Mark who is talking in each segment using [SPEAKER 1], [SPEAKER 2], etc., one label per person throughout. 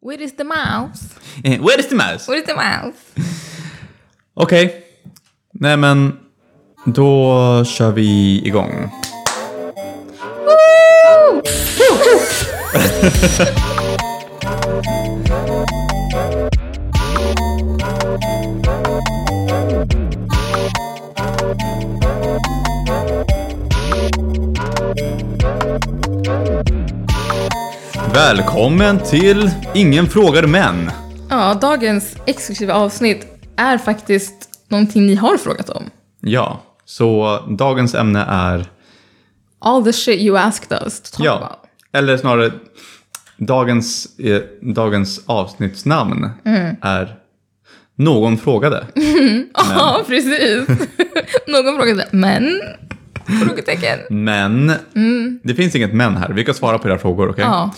[SPEAKER 1] Where is the mouse?
[SPEAKER 2] Eh, Where is the mouse?
[SPEAKER 1] Where is the mouse?
[SPEAKER 2] Okej. Nej men, då kör vi igång.
[SPEAKER 1] Woo!
[SPEAKER 2] Välkommen till Ingen frågar men.
[SPEAKER 1] Ja, dagens exklusiva avsnitt är faktiskt någonting ni har frågat om.
[SPEAKER 2] Ja, så dagens ämne är...
[SPEAKER 1] All the shit you asked us to talk
[SPEAKER 2] Ja,
[SPEAKER 1] about.
[SPEAKER 2] eller snarare dagens, eh, dagens avsnittsnamn är Någon frågade.
[SPEAKER 1] Ja, precis. Någon frågade, men? Frågetecken.
[SPEAKER 2] Men det finns inget men här. Vi kan svara på era frågor, okej?
[SPEAKER 1] Ja,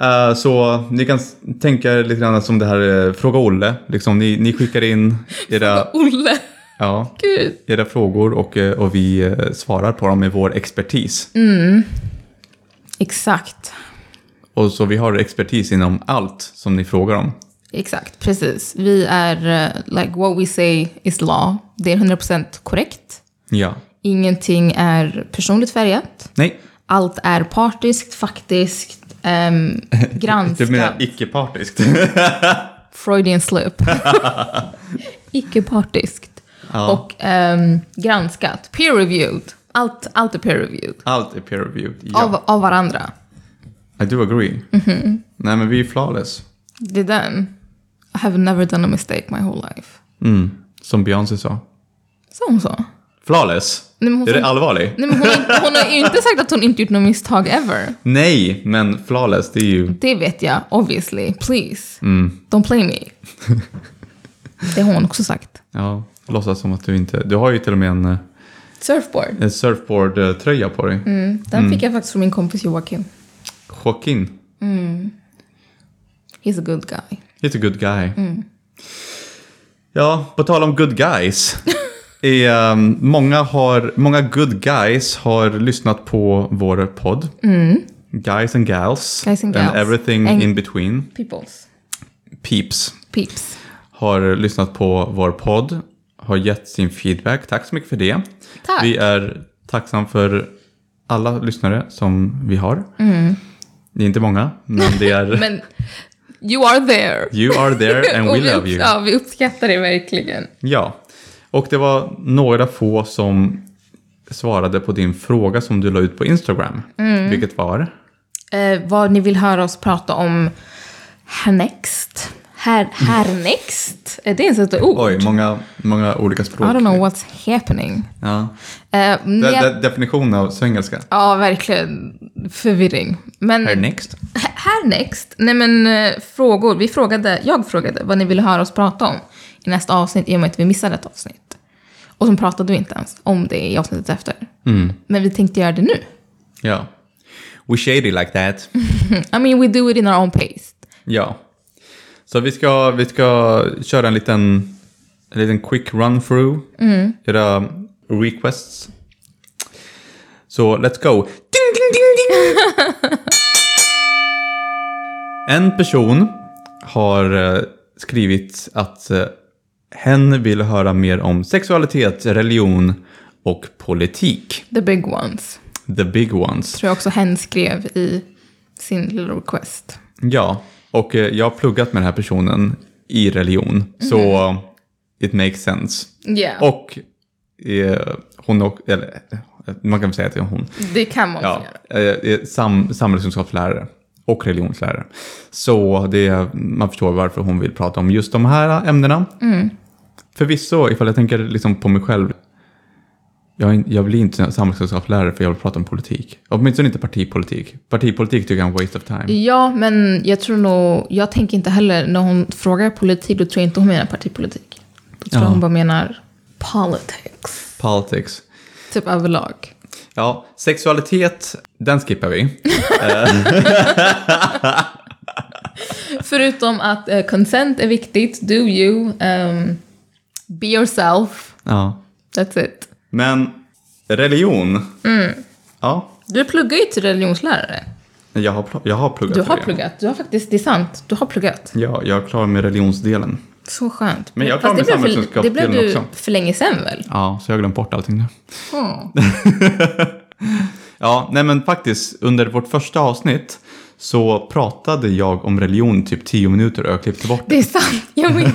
[SPEAKER 2] Eh, så ni kan s- tänka er lite grann som det här eh, Fråga Olle. Liksom, ni, ni skickar in era,
[SPEAKER 1] Olle.
[SPEAKER 2] ja,
[SPEAKER 1] Gud.
[SPEAKER 2] era frågor och, eh, och vi eh, svarar på dem med vår expertis.
[SPEAKER 1] Mm. Exakt.
[SPEAKER 2] Och så vi har expertis inom allt som ni frågar om.
[SPEAKER 1] Exakt, precis. Vi är, eh, like what we say is law. Det är 100% korrekt.
[SPEAKER 2] Ja.
[SPEAKER 1] Ingenting är personligt färgat.
[SPEAKER 2] Nej,
[SPEAKER 1] Allt är partiskt, faktiskt, ehm, granskat.
[SPEAKER 2] du menar icke-partiskt?
[SPEAKER 1] Freudian slip. Icke-partiskt.
[SPEAKER 2] Ja.
[SPEAKER 1] Och ehm, granskat. Peer-reviewed. Allt, allt är peer-reviewed.
[SPEAKER 2] allt är peer-reviewed. Ja.
[SPEAKER 1] Av, av varandra.
[SPEAKER 2] I do agree.
[SPEAKER 1] Mhm.
[SPEAKER 2] Nej, men vi är flawless.
[SPEAKER 1] Det är den. I have never done a mistake my whole life.
[SPEAKER 2] Mm. Som Beyoncé sa.
[SPEAKER 1] Sa hon så?
[SPEAKER 2] Flawless?
[SPEAKER 1] Nej, men hon
[SPEAKER 2] är
[SPEAKER 1] sa-
[SPEAKER 2] det allvarligt?
[SPEAKER 1] Nej, men hon, har inte- hon har ju inte sagt att hon inte gjort något misstag ever.
[SPEAKER 2] Nej, men flawless, det är ju...
[SPEAKER 1] Det vet jag, obviously. Please.
[SPEAKER 2] Mm.
[SPEAKER 1] Don't play me. Det har hon också sagt.
[SPEAKER 2] Ja, låtsas som att du inte... Du har ju till och med en, eh,
[SPEAKER 1] Surfboard.
[SPEAKER 2] en surfboard-tröja på dig.
[SPEAKER 1] Mm, den fick jag faktiskt från min kompis Joakim.
[SPEAKER 2] Joaquin.
[SPEAKER 1] He's a good guy.
[SPEAKER 2] He's a good guy.
[SPEAKER 1] Mm.
[SPEAKER 2] Ja, på tal om good guys. är, ehm, många, har, många good guys har lyssnat på vår podd. Guys and gals.
[SPEAKER 1] Mm. Guys and gals.
[SPEAKER 2] everything
[SPEAKER 1] And-
[SPEAKER 2] in between.
[SPEAKER 1] Peoples.
[SPEAKER 2] Peeps
[SPEAKER 1] Peeps.
[SPEAKER 2] har lyssnat på vår podd. Har gett sin feedback. Tack så mycket för det.
[SPEAKER 1] Tack.
[SPEAKER 2] Vi är tacksam för alla lyssnare som vi har.
[SPEAKER 1] Mm.
[SPEAKER 2] Det är inte många, men det är...
[SPEAKER 1] Men you are there.
[SPEAKER 2] You are there and
[SPEAKER 1] Och
[SPEAKER 2] we
[SPEAKER 1] vi
[SPEAKER 2] love you.
[SPEAKER 1] Ja, vi uppskattar det verkligen.
[SPEAKER 2] Ja, och det var några få som svarade på din fråga som du la ut på Instagram.
[SPEAKER 1] Mm.
[SPEAKER 2] Vilket var?
[SPEAKER 1] Eh, vad ni vill höra oss prata om härnäxt. Här, härnäxt? Är det ens ett ord?
[SPEAKER 2] Mm. Oj, många, många olika
[SPEAKER 1] Oh, I
[SPEAKER 2] språk.
[SPEAKER 1] don't know what's happening.
[SPEAKER 2] Ja.
[SPEAKER 1] Eh,
[SPEAKER 2] Det,
[SPEAKER 1] mer-
[SPEAKER 2] det, definition av svengelska.
[SPEAKER 1] Ja, verkligen. Förvirring. Men
[SPEAKER 2] Här next.
[SPEAKER 1] Härnäst, nej men eh, frågor. Vi frågade, jag frågade vad ni ville höra oss prata om i nästa avsnitt i och med att vi missade ett avsnitt. Och så pratade vi inte ens om det i avsnittet efter.
[SPEAKER 2] Mm.
[SPEAKER 1] Men vi tänkte göra det nu.
[SPEAKER 2] Ja. We shady like that.
[SPEAKER 1] I mean, we do it in our own pace.
[SPEAKER 2] Ja. Så vi ska, vi ska köra en liten, en liten quick run through era requests. Så let's go. Ding, ding, ding, ding. en person har eh, skrivit att eh, hen vill höra mer om sexualitet, religion och politik.
[SPEAKER 1] The big ones.
[SPEAKER 2] The big ones.
[SPEAKER 1] Tror jag också hen skrev i sin lilla request.
[SPEAKER 2] Ja, och eh, jag har pluggat med den här personen i religion. Så it makes sense.
[SPEAKER 1] Yeah,
[SPEAKER 2] Och eh, hon och, eller eh, man kan väl säga att det är hon.
[SPEAKER 1] det kan man också
[SPEAKER 2] Ja,
[SPEAKER 1] göra.
[SPEAKER 2] eh, eh, sam, samhällskunskapslärare och religionslärare. Så det, man förstår varför hon vill prata om just de här ämnena. Mm. Förvisso, ifall jag tänker liksom på mig själv. Jag, är in- jag blir inte samhällskunskapslärare för jag vill prata om politik. Åtminstone inte partipolitik. Partipolitik tycker jag är en waste of time.
[SPEAKER 1] Ja, men jag tror nog, jag tänker inte heller, när hon frågar politik, då tror jag inte hon menar partipolitik. Då tror jag
[SPEAKER 2] Ja.
[SPEAKER 1] hon bara menar politics.
[SPEAKER 2] Politics.
[SPEAKER 1] Typ överlag.
[SPEAKER 2] Ja, sexualitet, den skippar vi.
[SPEAKER 1] Förutom att eh, consent är viktigt, do you, ehm, be yourself,
[SPEAKER 2] Ja.
[SPEAKER 1] that's it.
[SPEAKER 2] Men religion. Ja, Mm.
[SPEAKER 1] Du pluggar ju till religionslärare.
[SPEAKER 2] Jag har, pl- jag har pluggat
[SPEAKER 1] Du har
[SPEAKER 2] det.
[SPEAKER 1] pluggat. Du har faktiskt, det är sant. Du har pluggat.
[SPEAKER 2] Ja, jag är klar med religionsdelen.
[SPEAKER 1] Så skönt.
[SPEAKER 2] Men
[SPEAKER 1] Fast
[SPEAKER 2] jag klarar mig
[SPEAKER 1] det blev för- Det
[SPEAKER 2] samhällskunskapsdelen
[SPEAKER 1] blev du
[SPEAKER 2] också.
[SPEAKER 1] för länge sedan väl?
[SPEAKER 2] Ja, så jag har glömt bort allting nu.
[SPEAKER 1] Mm.
[SPEAKER 2] Ja, nej men faktiskt, under vårt första avsnitt så pratade jag om religion typ 10 minuter och jag klippte bort det.
[SPEAKER 1] Det är sant. Jag minns.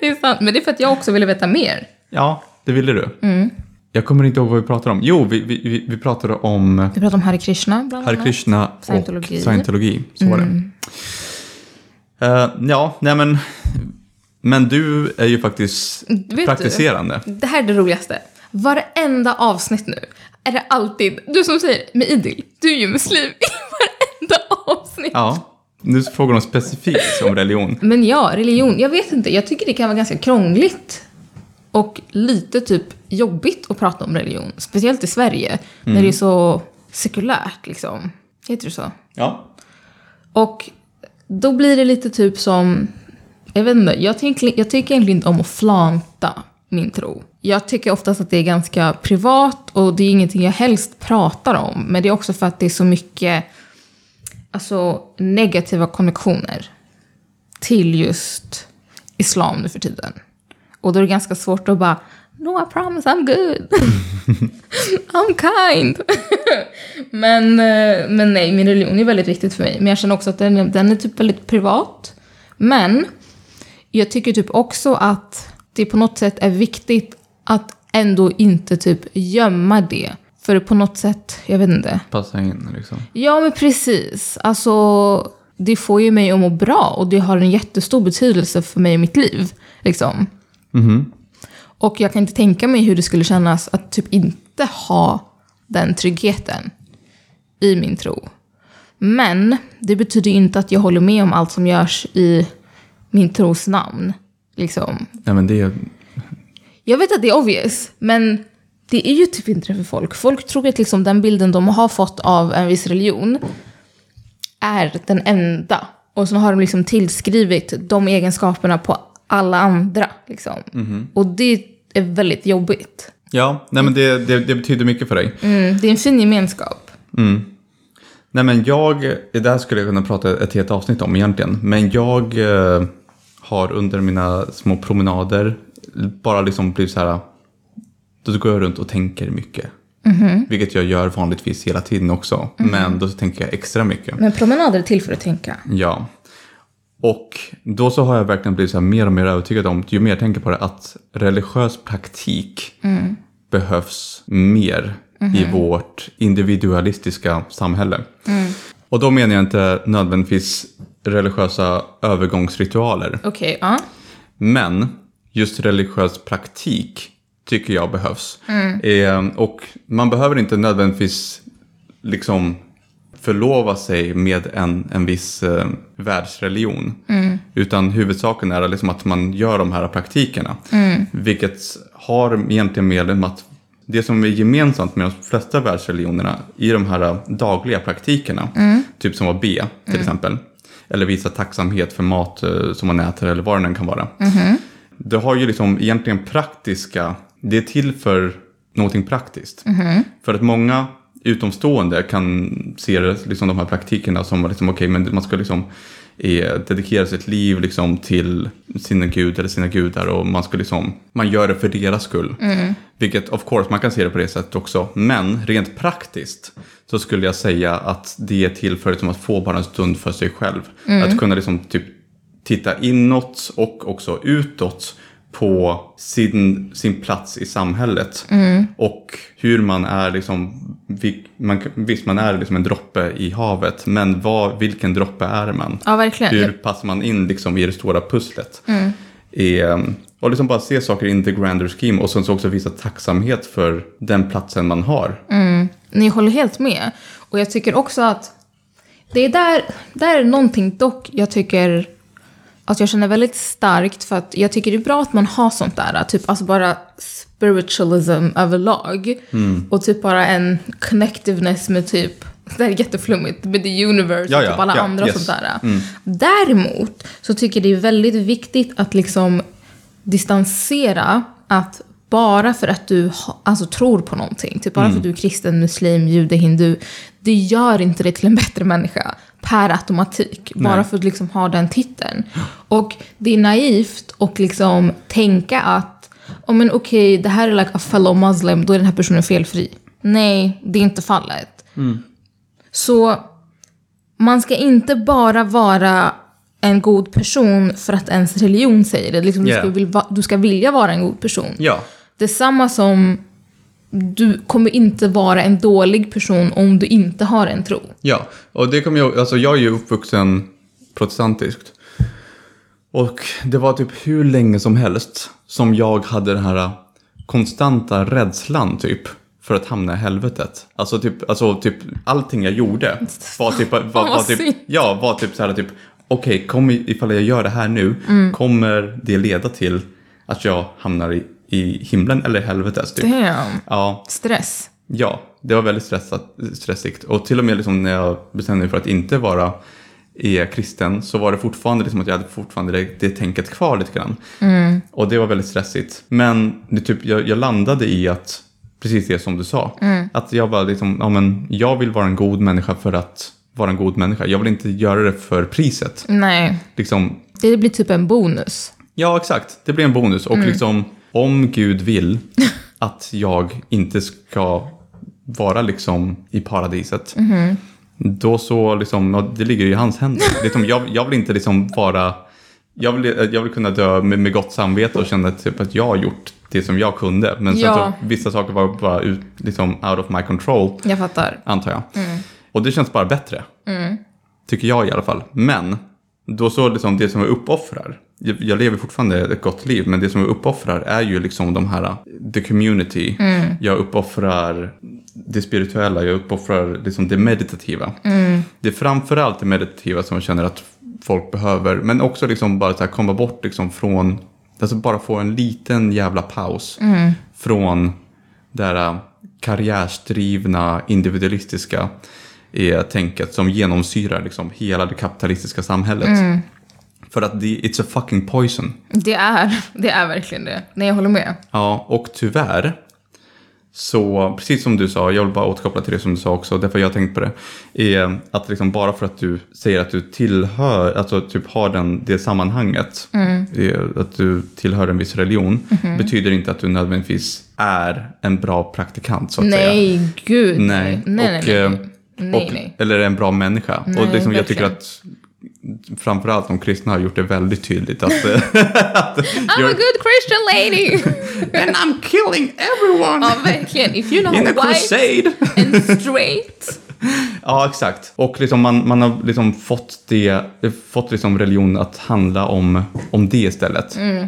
[SPEAKER 1] det är sant. Men det är för att jag också ville veta mer.
[SPEAKER 2] Ja, det ville du. Jag kommer inte ihåg vad vi pratade om. Jo, vi, vi, vi- vi pratade om
[SPEAKER 1] Du pratade om Hare Krishna bland
[SPEAKER 2] Hare
[SPEAKER 1] annat.
[SPEAKER 2] Krishna
[SPEAKER 1] Scientologi. Mm.
[SPEAKER 2] och scientologi. Så var det. Eh, ja, nej men, men du är ju faktiskt
[SPEAKER 1] Vet du?
[SPEAKER 2] praktiserande.
[SPEAKER 1] Det här är det roligaste. Varenda avsnitt nu är det alltid du som säger med Idil, du är ju muslim i varenda avsnitt.
[SPEAKER 2] Ja, nu frågar de specifikt om religion.
[SPEAKER 1] Men ja, religion. Jag vet inte. Jag tycker det kan vara ganska krångligt och lite typ jobbigt att prata om religion. Speciellt i Sverige, när det är så sekulärt liksom. Heter det så?
[SPEAKER 2] Ja,
[SPEAKER 1] Och då blir det lite typ som, jag vet inte, jag tycker, jag tycker egentligen inte om att flanta min tro. Jag tycker oftast att det är ganska privat och det är ingenting jag helst pratar om. Men det är också för att det är så mycket alltså, negativa konnektioner till just islam nu för tiden. Och då är det ganska svårt att bara, no I promise I'm good. I'm kind. men, eh, men nej, min religion är väldigt viktigt för mig. Men jag känner också att den, den är typ väldigt privat. Men jag tycker typ också att det på något sätt är viktigt att ändå inte typ gömma det. För på något sätt, jag vet inte.
[SPEAKER 2] passa in liksom.
[SPEAKER 1] Ja, men precis. Alltså, det får ju mig att må bra och det har en jättestor betydelse för mig och mitt liv. Liksom.
[SPEAKER 2] Mhm.
[SPEAKER 1] Och jag kan inte tänka mig hur det skulle kännas att typ inte ha den tryggheten i min tro. Men det betyder ju inte att jag håller med om allt som görs i min tros namn. Liksom.
[SPEAKER 2] Nej men det är
[SPEAKER 1] Jag vet att det är obvious, men det är ju typ inte det för folk. Folk tror att liksom den bilden de har fått av en viss religion är den enda. Och så har de liksom tillskrivit de egenskaperna på alla andra. Liksom. Och det är väldigt jobbigt.
[SPEAKER 2] Ja, nej men det, det, det betyder mycket för dig.
[SPEAKER 1] Mm, det är en fin gemenskap.
[SPEAKER 2] Nej men jag, det här skulle jag kunna prata ett helt avsnitt om egentligen. Men jag eh, har under mina små promenader bara liksom blivit så här. Då går jag runt och tänker mycket. Vilket jag gör vanligtvis hela tiden också. Men då tänker jag extra mycket.
[SPEAKER 1] Men promenader är till för att tänka.
[SPEAKER 2] Ja. Och då så har jag verkligen blivit så här mer och mer övertygad om, ju mer jag tänker på det, att religiös praktik behövs mer i vårt individualistiska samhälle. Och då menar jag inte nödvändigtvis religiösa övergångsritualer.
[SPEAKER 1] Okej, ja.
[SPEAKER 2] Men just religiös praktik tycker jag behövs. Eh, och man behöver inte nödvändigtvis liksom förlova sig med en, en viss eh, världsreligion. Utan huvudsaken är liksom att man gör de här praktikerna. Vilket har egentligen med om att det som är gemensamt med de flesta världsreligionerna i de här dagliga praktikerna, typ som var B till exempel, eller visa tacksamhet för mat eh, som man äter eller vad det än kan vara. Det har ju liksom egentligen praktiska, det är till för någonting praktiskt. För att många utomstående kan se det, liksom de här praktikerna som liksom, okej, men man ska liksom eh, dedikera sitt liv liksom till sina gud eller sina gudar och man ska liksom, man gör det för deras skull. Vilket of course man kan se det på det sättet också, men rent praktiskt så skulle jag säga att det är till för liksom, att få bara en stund för sig själv. Att kunna liksom typ titta inåt och också utåt på sin, sin plats i samhället.
[SPEAKER 1] Mm.
[SPEAKER 2] Och hur man är liksom, vil- man, kan- visst man är liksom en droppe i havet, men vad, vilken droppe är man?
[SPEAKER 1] Ja, Mm. verkligen.
[SPEAKER 2] Hur passar man in liksom i det stora pusslet? Ehm, och liksom bara se saker in the grander scheme och sen så också visa tacksamhet för den platsen man har.
[SPEAKER 1] Mm. Ni håller helt med. Och jag tycker också att det är där, där är någonting dock jag tycker att jag känner väldigt starkt för att jag tycker det är bra att man har sånt där, typ alltså bara spiritualism överlag.
[SPEAKER 2] Mm.
[SPEAKER 1] Och typ bara en connectiveness med typ, det här är jätteflummigt, med the universe
[SPEAKER 2] Ja,
[SPEAKER 1] och
[SPEAKER 2] ja,
[SPEAKER 1] typ alla
[SPEAKER 2] ja,
[SPEAKER 1] andra och
[SPEAKER 2] yes.
[SPEAKER 1] sånt där. Däremot så tycker jag det är väldigt viktigt att liksom distansera att bara för att du ha- alltså, tror på någonting, typ bara för att du är kristen, muslim, jude, hindu, det gör inte dig till en bättre människa per automatik. Bara för att liksom ha den titeln. Och det är naivt och liksom tänka att oh, men okej, det här är like a fellow muslim, då är den här personen felfri. Nej, det är inte fallet. Så man ska inte bara vara en god person för att ens religion säger det. Liksom,
[SPEAKER 2] Yeah.
[SPEAKER 1] du, ska vill va- du ska vilja vara en god person.
[SPEAKER 2] Ja.
[SPEAKER 1] Detsamma som du kommer inte vara en dålig person om du inte har en tro.
[SPEAKER 2] Ja, och det kommer jag Alltså jag är ju uppvuxen protestantiskt. Och det var typ hur länge som helst som jag hade den här konstanta rädslan typ för att hamna i helvetet. Alltså typ, alltså typ allting jag gjorde var typ, var, var,
[SPEAKER 1] vad synd.
[SPEAKER 2] typ, ja, var typ så här typ, okej, kom i- ifall jag gör det här nu,
[SPEAKER 1] Mm.
[SPEAKER 2] kommer det leda till att jag hamnar i, i himlen eller i helvetet? Typ.
[SPEAKER 1] Damn.
[SPEAKER 2] Ja,
[SPEAKER 1] Stress.
[SPEAKER 2] Ja, det var väldigt stressat, stressigt. Och till och med liksom när jag bestämde mig för att inte vara är kristen så var det fortfarande liksom att jag hade fortfarande det, det tänket kvar lite grann. Och det var väldigt stressigt. Men det typ, jag, jag landade i att, precis det som du sa, att jag bara liksom, ja men jag vill vara en god människa för att vara en god människa. Jag vill inte göra det för priset.
[SPEAKER 1] Nej.
[SPEAKER 2] Liksom,
[SPEAKER 1] Det blir typ en bonus.
[SPEAKER 2] Ja, exakt. Det blir en bonus. Och liksom, om Gud vill att jag inte ska vara liksom i paradiset, då så liksom, ja, det ligger ju i hans händer. liksom, jag, jag vill inte liksom vara... Jag vill, jag vill kunna dö med, med gott samvete och känna typ att jag har gjort det som jag kunde. Men sen
[SPEAKER 1] Ja.
[SPEAKER 2] så, vissa saker var bara ut, liksom out of my control,
[SPEAKER 1] Jag fattar.
[SPEAKER 2] antar jag. Och det känns bara bättre. Tycker jag i alla fall. Men då så liksom det som jag uppoffrar. Jag, jag lever fortfarande ett gott liv, men det som jag uppoffrar är ju liksom de här, the community. Jag uppoffrar det spirituella, jag uppoffrar liksom det meditativa. Det är framförallt det meditativa som jag känner att folk behöver, men också liksom bara så här komma bort liksom från, alltså bara få en liten jävla paus från det här äh, karriärsdrivna, individualistiska eh, tänket som genomsyrar liksom hela det kapitalistiska samhället. För att det, it's a fucking poison.
[SPEAKER 1] Det är, det är verkligen det. Nej, jag håller med.
[SPEAKER 2] Ja, och tyvärr, så precis som du sa, jag vill bara återkoppla till det som du sa också, därför jag har tänkt på det, är att liksom bara för att du säger att du tillhör, alltså typ har den, det sammanhanget, eh, att du tillhör en viss religion, betyder inte att du nödvändigtvis är en bra praktikant så att säga.
[SPEAKER 1] Nej, gud.
[SPEAKER 2] Nej.
[SPEAKER 1] Nej,
[SPEAKER 2] och,
[SPEAKER 1] nej,
[SPEAKER 2] eh,
[SPEAKER 1] nej. nej,
[SPEAKER 2] och,
[SPEAKER 1] nej.
[SPEAKER 2] Eller en bra människa.
[SPEAKER 1] Nej,
[SPEAKER 2] och liksom, jag tycker
[SPEAKER 1] verkligen.
[SPEAKER 2] att framförallt de kristna har gjort det väldigt tydligt att... eh, att
[SPEAKER 1] I'm a
[SPEAKER 2] you're-
[SPEAKER 1] good Christian lady!
[SPEAKER 2] And I'm killing everyone!
[SPEAKER 1] ja, verkligen. If you're not
[SPEAKER 2] In a
[SPEAKER 1] white
[SPEAKER 2] crusade!
[SPEAKER 1] and straight.
[SPEAKER 2] ja, exakt. Och liksom man, man har liksom fått, det, fått liksom religion att handla om, om det istället.
[SPEAKER 1] Mm.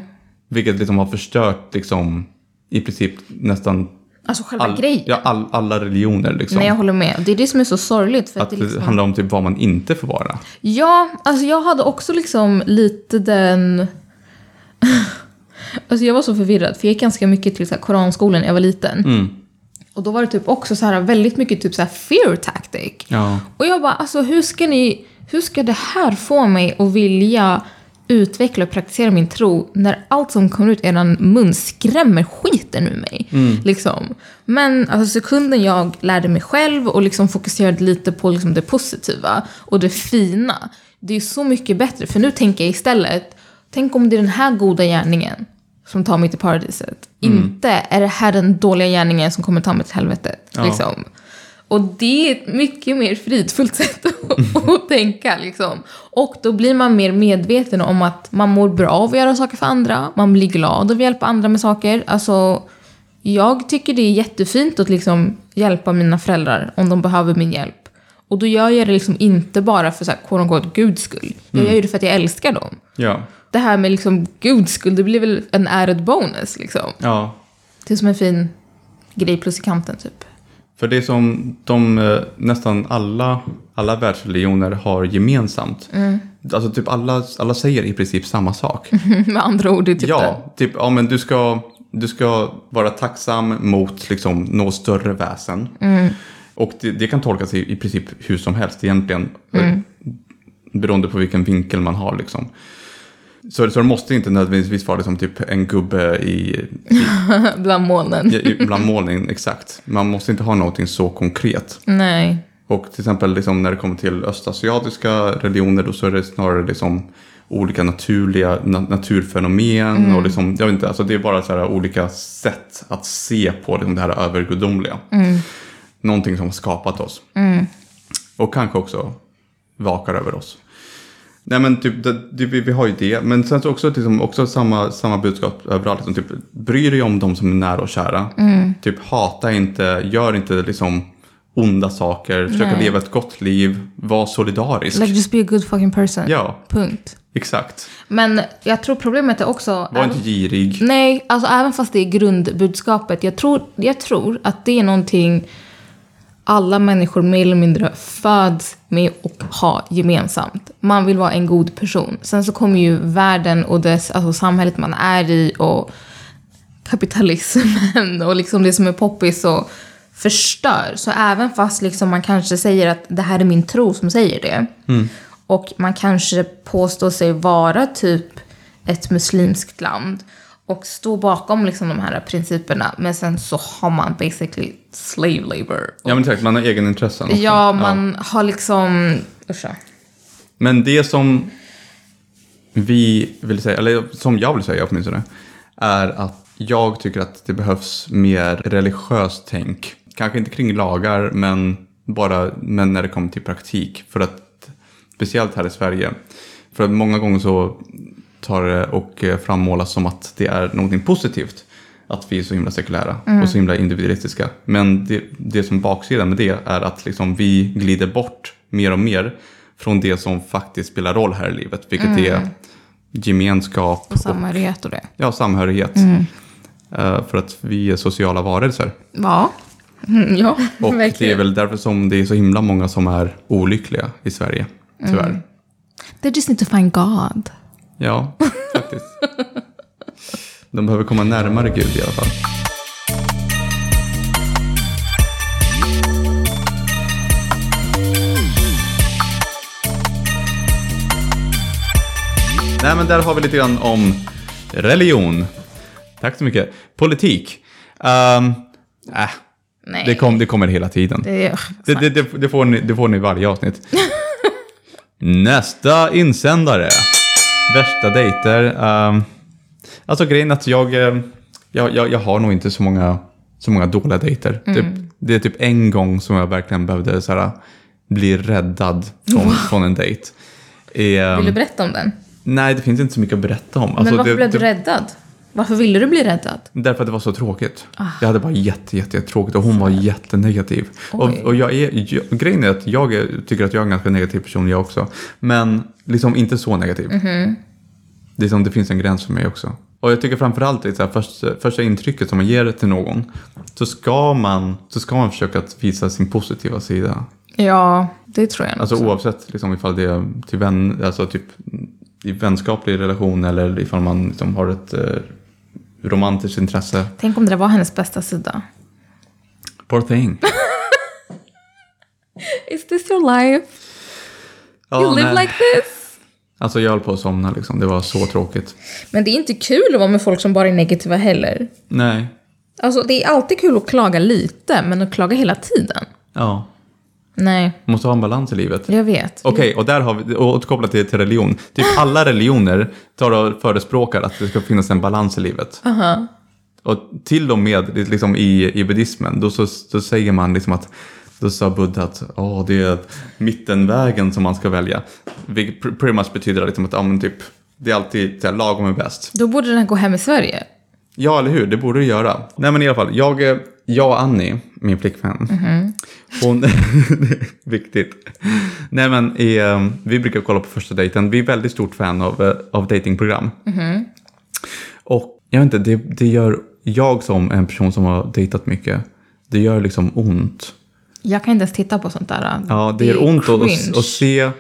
[SPEAKER 2] Vilket liksom har förstört liksom, i princip nästan
[SPEAKER 1] Alltså själva
[SPEAKER 2] all,
[SPEAKER 1] grejen.
[SPEAKER 2] ja, all, alla religioner. Liksom.
[SPEAKER 1] Nej, jag håller med. Det är det som är så sorgligt. För att
[SPEAKER 2] att
[SPEAKER 1] det
[SPEAKER 2] det
[SPEAKER 1] liksom...
[SPEAKER 2] handlar om typ vad man inte får vara.
[SPEAKER 1] Ja, alltså jag hade också liksom lite den... alltså jag var så förvirrad, för jag gick ganska mycket till så här koranskolan när jag var liten.
[SPEAKER 2] Mm.
[SPEAKER 1] Och då var det typ också så här väldigt mycket typ så här fear tactic.
[SPEAKER 2] Ja.
[SPEAKER 1] Och jag bara, alltså hur ska ni... Hur ska det här få mig att vilja utveckla och praktisera min tro när allt som kommer ut i eran mun skrämmer skiten ur mig? Liksom. Men alltså, sekunden jag lärde mig själv och liksom fokuserade lite på liksom, det positiva och det fina, det är så mycket bättre. För nu tänker jag istället, tänk om det är den här goda gärningen som tar mig till paradiset. Inte är det här den dåliga gärningen som kommer ta mig till helvetet.
[SPEAKER 2] Ja.
[SPEAKER 1] Liksom. Och det är ett mycket mer fridfullt sätt att, att tänka. Liksom. Och då blir man mer medveten om att man mår bra av att göra saker för andra. Man blir glad av att hjälpa andra med saker. Alltså, jag tycker det är jättefint att liksom hjälpa mina föräldrar om de behöver min hjälp. Och då gör jag det liksom inte bara för så här, quote unquote, Guds skull. Jag gör ju det för att jag älskar dem
[SPEAKER 2] Ja.
[SPEAKER 1] det här med liksom Guds skuld, det blir väl en added bonus liksom.
[SPEAKER 2] ja.
[SPEAKER 1] Det är som en fin grej plus i kanten typ.
[SPEAKER 2] För det som de, eh, nästan alla, alla världsreligioner har gemensamt,
[SPEAKER 1] Mm.
[SPEAKER 2] alltså typ alla, alla säger i princip samma sak.
[SPEAKER 1] Med andra ord, det är typ det.
[SPEAKER 2] Ja, typ, ja men du ska, du ska vara tacksam mot liksom något större väsen.
[SPEAKER 1] Mm.
[SPEAKER 2] Och det, det kan tolkas i, i princip Eh,
[SPEAKER 1] Mm.
[SPEAKER 2] hur som helst egentligen. Beroende på vilken vinkel man har liksom. Så, så det måste inte nödvändigtvis vara liksom typ en gubbe i,
[SPEAKER 1] Bland molnen.
[SPEAKER 2] i, bland målningen, exakt. Man måste inte ha någonting så konkret.
[SPEAKER 1] Nej.
[SPEAKER 2] Och till exempel liksom när det kommer till östasiatiska religioner då så är det snarare liksom olika naturliga na naturfenomen och liksom, jag vet inte, alltså det är bara så här olika sätt att se på liksom det här övergudomliga. Någonting som har skapat oss.
[SPEAKER 1] Mm.
[SPEAKER 2] Och kanske också vakar över oss. Nej men typ, det, det, vi, vi har ju det. Men sen så också, liksom, också samma, samma budskap överallt. Liksom, typ, bry dig om de som är nära och kära.
[SPEAKER 1] Mm.
[SPEAKER 2] Typ hata inte, gör inte liksom onda saker. Försök att
[SPEAKER 1] Nej.
[SPEAKER 2] leva ett gott liv. Var solidarisk.
[SPEAKER 1] Like just be a good fucking person.
[SPEAKER 2] Ja,
[SPEAKER 1] Punkt.
[SPEAKER 2] exakt.
[SPEAKER 1] Men jag tror problemet är också...
[SPEAKER 2] Var inte girig.
[SPEAKER 1] Nej, alltså även fast det är grundbudskapet. Jag tror, jag tror att det är någonting alla människor mer eller mindre föds med och har gemensamt. Man vill vara en god person. Sen så kommer ju världen och dess, alltså samhället man är i och kapitalismen och liksom det som är poppis och förstör. Så även fast liksom man kanske säger att det här är min tro som säger det.
[SPEAKER 2] Mm.
[SPEAKER 1] Och man kanske påstår sig vara typ ett muslimskt land och stå bakom liksom de här principerna. Men sen så har man basically slave labor.
[SPEAKER 2] Ja men exakt, man har egenintressen. också.
[SPEAKER 1] Ja, man har liksom... Ursäkta.
[SPEAKER 2] Men det som vi vill säga, eller som jag vill säga åtminstone, är att jag tycker att det behövs mer religiöst tänk. Kanske inte kring lagar, men bara men när det kommer till praktik. För att, speciellt här i Sverige, för att många gånger så tar det och eh, frammålas som att det är någonting positivt. Att vi är så himla sekulära och så himla individualistiska. Men det, det som baksidan med det är att liksom vi glider bort mer och mer från det som faktiskt spelar roll här i livet. Vilket är gemenskap
[SPEAKER 1] Och samhörighet och det.
[SPEAKER 2] ja, samhörighet. Eh, för att vi är sociala varelser.
[SPEAKER 1] Ja. Mm, ja,
[SPEAKER 2] Och det är
[SPEAKER 1] verkligen.
[SPEAKER 2] väl därför som det är så himla många som är olyckliga i Sverige, tyvärr.
[SPEAKER 1] They just need to find God.
[SPEAKER 2] Ja, faktiskt. De behöver komma närmare Gud i alla fall. Nej, men där har vi lite grann om religion. Tack så mycket. Politik. Ehm, äh,
[SPEAKER 1] Nej.
[SPEAKER 2] det, kom, det kommer hela tiden.
[SPEAKER 1] Det är...
[SPEAKER 2] Det, det, det, det, får ni, det får ni i varje avsnitt. Nästa insändare. Värsta dejter. Ehm, alltså grejen är att jag, eh, jag, jag, jag har nog inte så många, så många dåliga dejter.
[SPEAKER 1] Mm.
[SPEAKER 2] Typ, det är typ en gång som jag verkligen behövde så här, bli räddad från, från en dejt. Ehm,
[SPEAKER 1] Vill du berätta om den?
[SPEAKER 2] nej, det finns inte så mycket att berätta om.
[SPEAKER 1] Men
[SPEAKER 2] Alltså,
[SPEAKER 1] varför
[SPEAKER 2] det,
[SPEAKER 1] blev du
[SPEAKER 2] det-
[SPEAKER 1] räddad? Varför ville du bli räddad?
[SPEAKER 2] Därför att det var så tråkigt. Jag hade bara jätte, jätte, jätte tråkigt och hon var jättenegativ. Och, och jag är, jag, grejen är att jag är, tycker att jag är en ganska negativ person jag också. Men liksom inte så negativ. Det, är som, det finns en gräns för mig också. Och jag tycker framförallt det är så här, först, första intrycket som man ger till någon. Så ska man, så ska man försöka att visa sin positiva sida.
[SPEAKER 1] Ja, det tror jag nog.
[SPEAKER 2] Alltså oavsett liksom, ifall det är till vän, alltså typ i vänskaplig relation eller ifall man liksom, har ett eh, romantiskt intresse.
[SPEAKER 1] Tänk om det där var hennes bästa sida.
[SPEAKER 2] Poor thing.
[SPEAKER 1] Is this your life? You
[SPEAKER 2] Ja,
[SPEAKER 1] live
[SPEAKER 2] nej.
[SPEAKER 1] like this?
[SPEAKER 2] Alltså jag höll på att somna liksom. Det var så tråkigt.
[SPEAKER 1] Men det är inte kul att vara med folk som bara är negativa heller.
[SPEAKER 2] Nej.
[SPEAKER 1] Alltså det är alltid kul att klaga lite, men att klaga hela tiden?
[SPEAKER 2] Ja.
[SPEAKER 1] Nej,
[SPEAKER 2] Måste ha en balans i livet.
[SPEAKER 1] jag vet.
[SPEAKER 2] Okej, och där har vi, och återkopplat till, till religion. Typ alla religioner tar och förespråkar att det ska finnas en balans i livet. Och till och med det är liksom, i, i buddhismen, då, så, då säger man liksom att då sa Buddha att åh det är mittenvägen som man ska välja. Vilket pr- pretty much betyder liksom att ja, men typ, det är alltid så här, lagom är bäst.
[SPEAKER 1] Då borde den här gå hem i Sverige.
[SPEAKER 2] Ja, eller hur? Det borde du göra. Nej, men i alla fall. Jag, eh, jag och Annie, min flickvän,
[SPEAKER 1] Mhm.
[SPEAKER 2] hon... viktigt. Nej, men i, eh, vi brukar kolla på första dejten. Vi är väldigt stort fan av, eh, av datingprogram.
[SPEAKER 1] Mhm.
[SPEAKER 2] Och jag vet inte, det, det gör... Jag som en person som har dejtat mycket, det gör liksom ont.
[SPEAKER 1] Jag kan inte ens titta på sånt där.
[SPEAKER 2] Ja, det, gör ont att- att,
[SPEAKER 1] cringe.
[SPEAKER 2] att se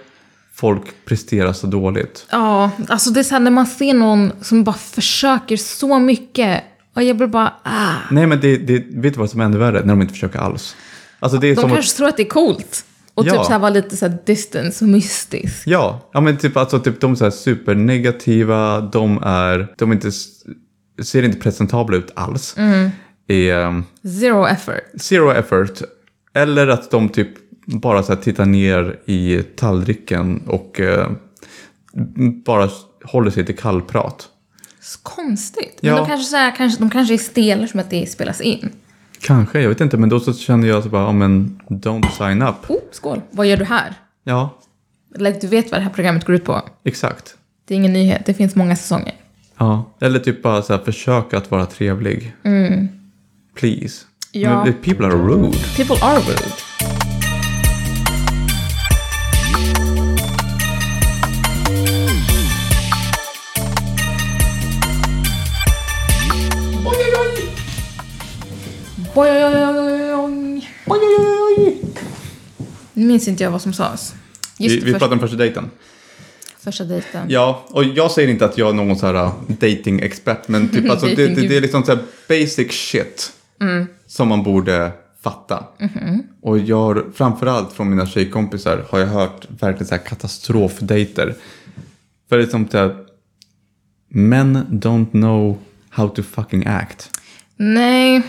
[SPEAKER 2] folk prestera så dåligt.
[SPEAKER 1] Ja, alltså det är så här när man ser någon som bara försöker så mycket och jag blir bara ah.
[SPEAKER 2] Nej, men det, det, vet du vad som är ännu värre? När de inte försöker alls. Alltså, det är
[SPEAKER 1] De
[SPEAKER 2] som att-
[SPEAKER 1] kanske tror att det är coolt. Och
[SPEAKER 2] Ja.
[SPEAKER 1] typ så här var lite så här distance och mystisk.
[SPEAKER 2] Ja, ja men typ, alltså, typ de är så här supernegativa, de är, de är inte, s- ser inte presentabla ut alls. Är, um,
[SPEAKER 1] Zero effort.
[SPEAKER 2] zero effort. Eller att de typ bara så här tittar ner i tallriken och eh, m- bara håller sig till kallprat.
[SPEAKER 1] Så konstigt. Men
[SPEAKER 2] Ja.
[SPEAKER 1] de, kanske så här, kanske, de kanske är stela som att det spelas in.
[SPEAKER 2] Kanske, jag vet inte, men då så kände jag så bara, ja men don't sign up.
[SPEAKER 1] Oh, skål. Vad gör du här?
[SPEAKER 2] Ja,
[SPEAKER 1] Like, du vet vad det här programmet går ut på.
[SPEAKER 2] exakt.
[SPEAKER 1] Det är ingen nyhet. Det finns många säsonger.
[SPEAKER 2] Ja, eller typ bara så här, försök att vara trevlig. Please.
[SPEAKER 1] Ja.
[SPEAKER 2] Men People are rude.
[SPEAKER 1] People are rude. Oj, oj, oj, oj, oj, oj. Nu minns inte jag vad som sades. Just
[SPEAKER 2] Vi,
[SPEAKER 1] det,
[SPEAKER 2] vi
[SPEAKER 1] först,
[SPEAKER 2] pratar om första dejten.
[SPEAKER 1] första dejten.
[SPEAKER 2] Ja, och jag säger inte att jag är någon så här uh, dating-expert, men typ alltså, det, det, det är liksom så här basic shit
[SPEAKER 1] Mm.
[SPEAKER 2] som man borde fatta.
[SPEAKER 1] Mm-hmm.
[SPEAKER 2] Och jag har, framförallt från mina tjejkompisar, har jag hört verkligen så här katastrofdejter. För det är som så här, men don't know how to fucking act.
[SPEAKER 1] Nej,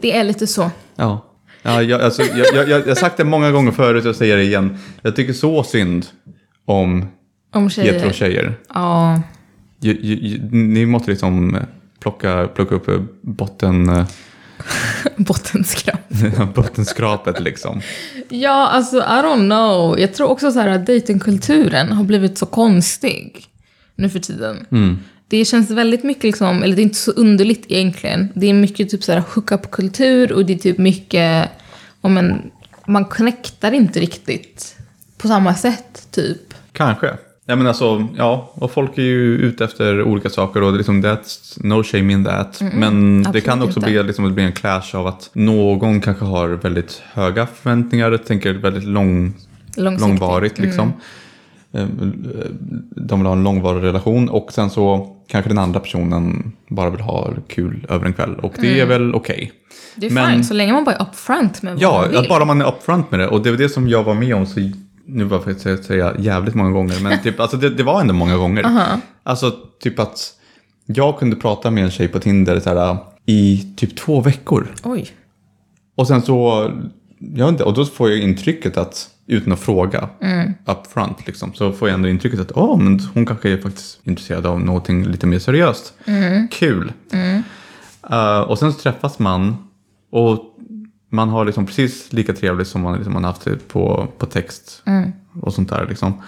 [SPEAKER 1] det är lite så.
[SPEAKER 2] Ja. ja jag, alltså, jag, jag, jag, jag har sagt det många gånger förut, jag säger det igen. Jag tycker så synd om
[SPEAKER 1] Om tjejer.
[SPEAKER 2] hetero-tjejer.
[SPEAKER 1] Ja.
[SPEAKER 2] Ju- ju- ju- Ni måste liksom plocka, plocka upp eh, botten, eh,
[SPEAKER 1] Bottenskrap.
[SPEAKER 2] bottenskrapet liksom.
[SPEAKER 1] Ja, alltså I don't know. Jag tror också så här att dejtingkulturen har blivit så konstig nu för tiden.
[SPEAKER 2] Mm.
[SPEAKER 1] Det känns väldigt mycket liksom, eller det är inte så underligt egentligen. Det är mycket typ så här hookup-kultur och det är typ mycket, om men man connectar inte riktigt på samma sätt typ.
[SPEAKER 2] Kanske. Ja, men alltså, ja, och folk är ju ute efter olika saker och det är liksom that's no shame in that. men det
[SPEAKER 1] absolut
[SPEAKER 2] kan också
[SPEAKER 1] inte.
[SPEAKER 2] bli, liksom, bli en clash av att någon kanske har väldigt höga förväntningar, tänker väldigt lång,
[SPEAKER 1] Långsiktigt. Mm.
[SPEAKER 2] långvarigt liksom. Eh, De vill ha en långvarig relation och sen så kanske den andra personen bara vill ha kul över en kväll och det
[SPEAKER 1] Mm.
[SPEAKER 2] är väl okej.
[SPEAKER 1] Det är
[SPEAKER 2] Men-
[SPEAKER 1] fint, så länge man bara är upfront med vad
[SPEAKER 2] Ja,
[SPEAKER 1] man vill.
[SPEAKER 2] att bara man är upfront med det. Och det var det som jag var med om, så nu var jag för att säga jävligt många gånger, men typ, alltså det, det var ändå många gånger. Alltså typ att jag kunde prata med en tjej på Tinder så här, i typ två veckor.
[SPEAKER 1] Oj.
[SPEAKER 2] Och sen så, jag vet inte, och då får jag intrycket att, utan att fråga upfront liksom, så får jag ändå intrycket att åh, men hon kanske är faktiskt intresserad av någonting lite mer seriöst. Kul. Eh, och sen så träffas man och man har liksom precis lika trevligt som man liksom, man haft det på, på text och sånt där liksom.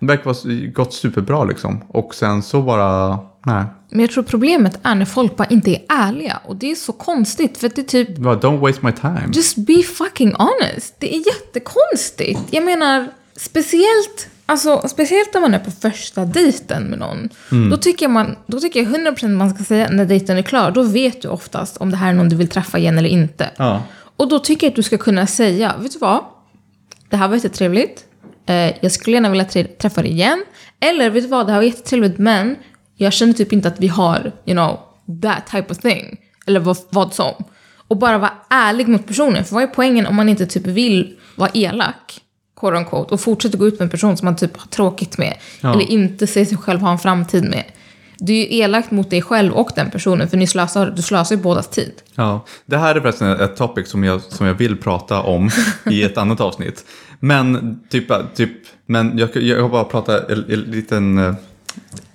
[SPEAKER 2] Det verkar vara gått superbra liksom. Och sen så bara, nej.
[SPEAKER 1] Men jag tror problemet är när folk bara inte är ärliga. Och det är så konstigt, för att det är typ
[SPEAKER 2] Bara, Don't waste my time.
[SPEAKER 1] Just be fucking honest. Det är jättekonstigt. Jag menar, speciellt, alltså, speciellt när man är på första dejten med någon. Då, tycker man, då tycker jag 100% man ska säga när dejten är klar. Då vet du oftast om det här är någon du vill träffa igen eller inte.
[SPEAKER 2] Ja.
[SPEAKER 1] Och då tycker jag att du ska kunna säga, vet du vad? Det här var jättetrevligt. Eh, jag skulle gärna vilja tre- träffa dig igen. Eller vet du vad, det här var jättetrevligt men jag känner typ inte att vi har, you know, that type of thing. Eller vad, vad som. Och bara vara ärlig mot personen. För vad är poängen om man inte typ vill vara elak? Quote unquote, och fortsätter gå ut med en person som man typ har tråkigt med.
[SPEAKER 2] Ja.
[SPEAKER 1] Eller inte ser sig själv ha en framtid med. Du är ju elakt mot dig själv och den personen för ni slösar, du slösar ju bådas tid.
[SPEAKER 2] Ja, det här är förresten ett topic som jag, som jag vill prata om i ett annat avsnitt. Men typ, typ men jag, jag vill bara prata en, en liten, eh,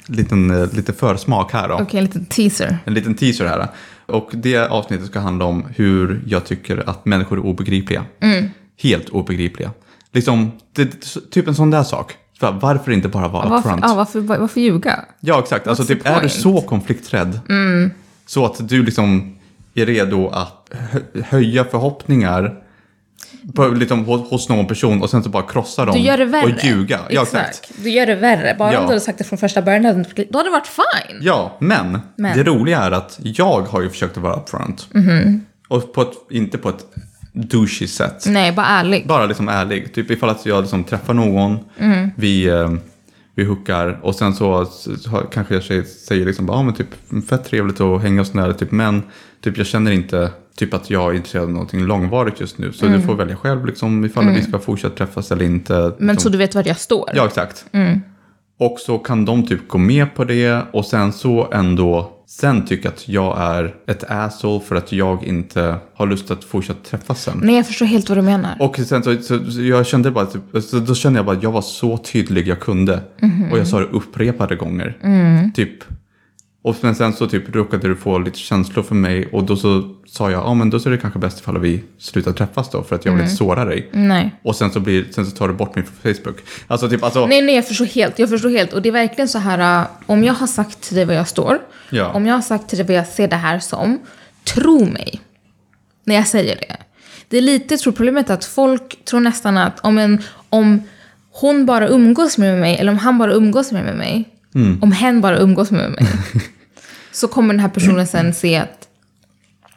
[SPEAKER 2] liten, eh, lite försmak här då.
[SPEAKER 1] Okej, en liten teaser.
[SPEAKER 2] En liten teaser här. Och det avsnittet ska handla om hur jag tycker att människor är obegripliga.
[SPEAKER 1] Mm.
[SPEAKER 2] Helt obegripliga. Liksom, det, typ en sån där sak. För Varför inte bara vara
[SPEAKER 1] Varför,
[SPEAKER 2] upfront?
[SPEAKER 1] ja, varför, varför ljuga?
[SPEAKER 2] Ja, exakt. Alltså,
[SPEAKER 1] What's the
[SPEAKER 2] typ, är du
[SPEAKER 1] point? Mm.
[SPEAKER 2] så konflikträdd så att du liksom är redo att hö- höja förhoppningar på, liksom, hos, hos någon person och sen så bara krossa dem
[SPEAKER 1] Du gör det värre.
[SPEAKER 2] och ljuga. Ja, exakt.
[SPEAKER 1] Du gör det värre. Bara
[SPEAKER 2] Ja.
[SPEAKER 1] om du hade sagt det från första början, hade det- då hade det varit fine.
[SPEAKER 2] Ja, men,
[SPEAKER 1] Men.
[SPEAKER 2] det roliga är att jag har ju försökt att vara upfront.
[SPEAKER 1] Mm-hmm.
[SPEAKER 2] Och på ett, inte på ett douchey sätt.
[SPEAKER 1] Nej, bara ärlig.
[SPEAKER 2] Bara liksom ärlig. Typ ifall att jag liksom träffar någon, vi, eh, vi hookar och sen så, så, så har- kanske jag säger, säger liksom bara, ah, men typ fett trevligt att hänga och sådär, typ, men typ jag känner inte typ att jag är intresserad av någonting långvarigt just nu. Så du får välja själv liksom, ifall vi ska fortsätta träffas eller inte.
[SPEAKER 1] Men
[SPEAKER 2] liksom.
[SPEAKER 1] så du vet var jag står?
[SPEAKER 2] Ja, exakt. Och så kan de typ gå med på det och sen så ändå sen tycka att jag är ett asshole för att jag inte har lust att fortsätta träffas sen.
[SPEAKER 1] Nej, jag förstår helt vad du menar.
[SPEAKER 2] Och sen så, så, så jag kände bara, typ, så då kände jag bara att jag var så tydlig jag kunde. Och jag sa det upprepade gånger. Typ. Och sen, sen så typ råkade du få lite känslor för mig och då så sa jag, ja ah, men då så är det kanske bäst ifall vi slutar träffas då för att jag vill inte såra dig.
[SPEAKER 1] Nej.
[SPEAKER 2] Och sen så, blir, sen så tar du bort mig från Facebook. Alltså typ, alltså.
[SPEAKER 1] Nej, nej, jag förstår helt. Jag förstår helt. Och det är verkligen så här, äh, om jag har sagt till dig vad jag står,
[SPEAKER 2] Ja.
[SPEAKER 1] om jag har sagt till dig vad jag ser det här som, tro mig när jag säger det. Det är lite, tror problemet är att folk tror nästan att om, en, om hon bara umgås med mig, eller om han bara umgås med mig, om hen bara umgås med mig, så kommer den här personen sen se att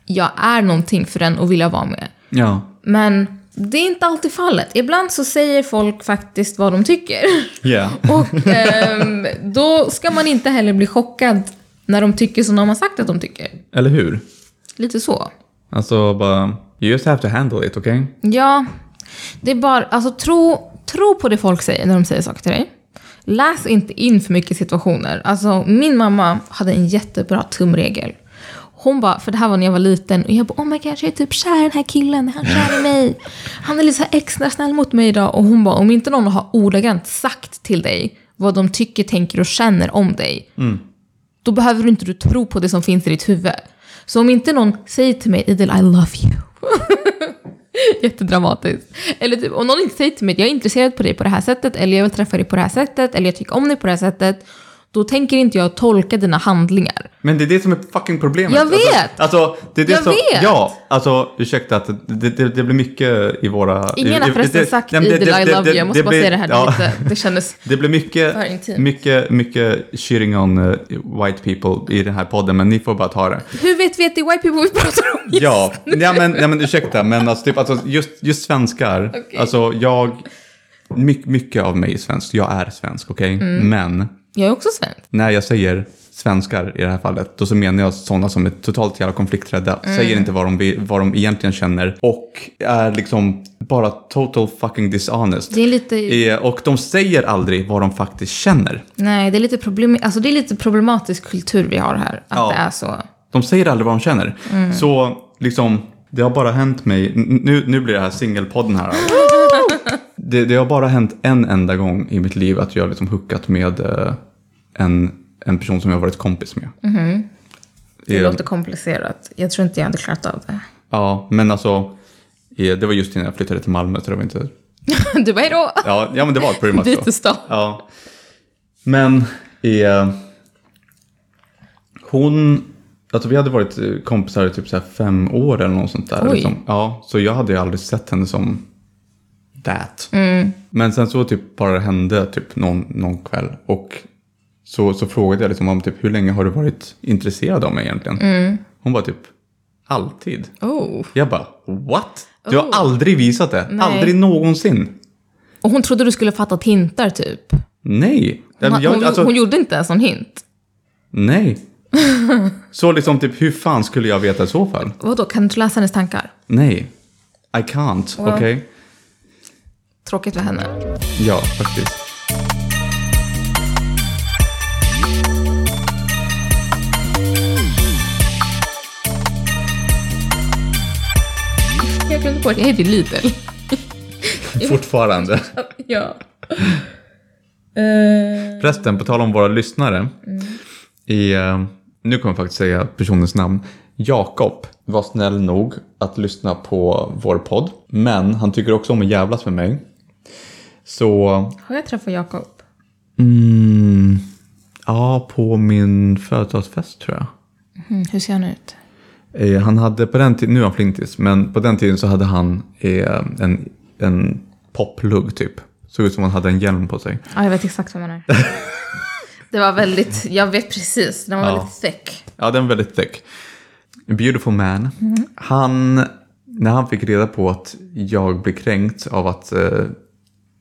[SPEAKER 1] jag är någonting för den och vill jag vara med.
[SPEAKER 2] Ja.
[SPEAKER 1] Men det är inte alltid fallet. Ibland så säger folk faktiskt vad de tycker.
[SPEAKER 2] Yeah.
[SPEAKER 1] Och ehm, då ska man inte heller bli chockad när de tycker som de har sagt att de tycker.
[SPEAKER 2] Eller hur?
[SPEAKER 1] Lite så.
[SPEAKER 2] Alltså bara, you just have to handle it, okej?
[SPEAKER 1] Ja, det är bara, alltså tro, tro på det folk säger när de säger saker till dig. Läs inte in för mycket situationer. Alltså min mamma hade en jättebra tumregel. Hon bara, för det här var när jag var liten och jag bara oh my god jag är typ kär i den här killen, är han kär i mig? Han är lite så här extra snäll mot mig idag. Och hon bara, om inte någon har ordagrant sagt till dig vad de tycker, tänker och känner om dig, då behöver du inte du tro på det som finns i ditt huvud. Så om inte någon säger till mig Idel I love you, Jättedramatiskt. Eller typ, om någon inte säger till mig att jag är intresserad på dig på det här sättet, eller jag vill träffa dig på det här sättet, eller jag tycker om dig på det här sättet, då tänker inte jag tolka dina handlingar.
[SPEAKER 2] Men det är det som är fucking problemet.
[SPEAKER 1] Jag vet!
[SPEAKER 2] Alltså, alltså, det är det
[SPEAKER 1] Jag
[SPEAKER 2] som,
[SPEAKER 1] vet!
[SPEAKER 2] Ja, alltså ursäkta att det, det, det blir mycket i våra...
[SPEAKER 1] Ingen har
[SPEAKER 2] i- i-
[SPEAKER 1] förresten
[SPEAKER 2] det-
[SPEAKER 1] sagt
[SPEAKER 2] nej, men
[SPEAKER 1] Idel I love you, jag måste bara
[SPEAKER 2] blir-
[SPEAKER 1] säga det här, det, är
[SPEAKER 2] ja.
[SPEAKER 1] lite, det kändes...
[SPEAKER 2] Det
[SPEAKER 1] För
[SPEAKER 2] blir mycket,
[SPEAKER 1] intimt.
[SPEAKER 2] mycket, mycket shitting on eh, white people i den här podden, men ni får bara ta det.
[SPEAKER 1] Hur vet vi att det är white people vi pratar om? just
[SPEAKER 2] Ja,
[SPEAKER 1] nu?
[SPEAKER 2] ja, men, ja men ursäkta, men alltså, typ, alltså, just, just svenskar,
[SPEAKER 1] Okej.
[SPEAKER 2] alltså jag, my, mycket av mig är svensk, jag är svensk, okej?
[SPEAKER 1] Mm.
[SPEAKER 2] Men
[SPEAKER 1] Jag är också svensk.
[SPEAKER 2] när jag säger svenskar i det här fallet, då så menar jag sådana som är totalt jävla konflikträdda,
[SPEAKER 1] Mm.
[SPEAKER 2] säger inte vad de, vill- vad de egentligen känner och är liksom bara total fucking dishonest.
[SPEAKER 1] Det är lite...
[SPEAKER 2] Eh, Och de säger aldrig vad de faktiskt känner.
[SPEAKER 1] Nej, det är lite, problem, alltså det är lite problematisk kultur vi har här. Att
[SPEAKER 2] Ja.
[SPEAKER 1] det är så.
[SPEAKER 2] De säger aldrig vad de känner.
[SPEAKER 1] Mm.
[SPEAKER 2] Så liksom, det har bara hänt mig, n- nu, nu blir det här singelpodden här. det, det har bara hänt en enda gång i mitt liv att jag liksom huckat med eh, en, en person som jag varit kompis med.
[SPEAKER 1] Mm-hmm. Det
[SPEAKER 2] Eh,
[SPEAKER 1] låter komplicerat. Jag tror inte jag hade klarat av det.
[SPEAKER 2] Ja, men alltså, eh, det var just innan jag flyttade till Malmö så det var inte...
[SPEAKER 1] Du bara, hejdå!
[SPEAKER 2] Ja, alltså. ja men det var pretty much
[SPEAKER 1] Dit
[SPEAKER 2] så.
[SPEAKER 1] till stan.
[SPEAKER 2] Ja. Men eh, hon, alltså vi hade varit eh, kompisar i typ så här fem år eller något sånt där.
[SPEAKER 1] Oj.
[SPEAKER 2] Liksom. Ja, så jag hade ju aldrig sett henne som that.
[SPEAKER 1] Mm.
[SPEAKER 2] Men sen så typ bara det hände typ någon, någon kväll och så, så frågade jag liksom om typ hur länge har du varit intresserad av mig egentligen?
[SPEAKER 1] Mm.
[SPEAKER 2] Hon var typ alltid.
[SPEAKER 1] Oh.
[SPEAKER 2] Jag bara what? Du har
[SPEAKER 1] Oh.
[SPEAKER 2] aldrig visat det.
[SPEAKER 1] Nej.
[SPEAKER 2] Aldrig någonsin.
[SPEAKER 1] Och hon trodde du skulle fattat hintar typ.
[SPEAKER 2] Nej.
[SPEAKER 1] Hon,
[SPEAKER 2] Jag-
[SPEAKER 1] hon,
[SPEAKER 2] alltså-
[SPEAKER 1] hon gjorde inte ens någon hint.
[SPEAKER 2] Nej. Så liksom typ, hur fan skulle jag veta i så fall?
[SPEAKER 1] Vadå, kan du inte läsa hennes tankar?
[SPEAKER 2] Nej. I can't,
[SPEAKER 1] Well.
[SPEAKER 2] okej?
[SPEAKER 1] Tråkigt för henne.
[SPEAKER 2] Ja, faktiskt.
[SPEAKER 1] Jag glömde bort, jag heter ju Lidl.
[SPEAKER 2] Fortfarande.
[SPEAKER 1] ja. Eh,
[SPEAKER 2] Förresten, på tal om våra lyssnare.
[SPEAKER 1] Mm.
[SPEAKER 2] I, eh, nu kommer jag faktiskt säga personens namn. Jakob var snäll nog att lyssna på vår podd. Men han tycker också om att jävlas med mig. Så
[SPEAKER 1] har jag träffat Jakob?
[SPEAKER 2] Mm, ja, på min företagsfest tror jag.
[SPEAKER 1] Mm, hur ser han ut?
[SPEAKER 2] Eh, han hade på den tiden, nu är han flintis, men på den tiden så hade han eh, en, en poplugg typ. Såg ut som han hade en hjälm på sig.
[SPEAKER 1] Ja, jag vet exakt vem han är. Det var väldigt, jag vet precis, den var
[SPEAKER 2] Ja.
[SPEAKER 1] väldigt thick.
[SPEAKER 2] Ja, den är väldigt thick. A Beautiful man. Han, när han fick reda på att jag blir kränkt av att eh,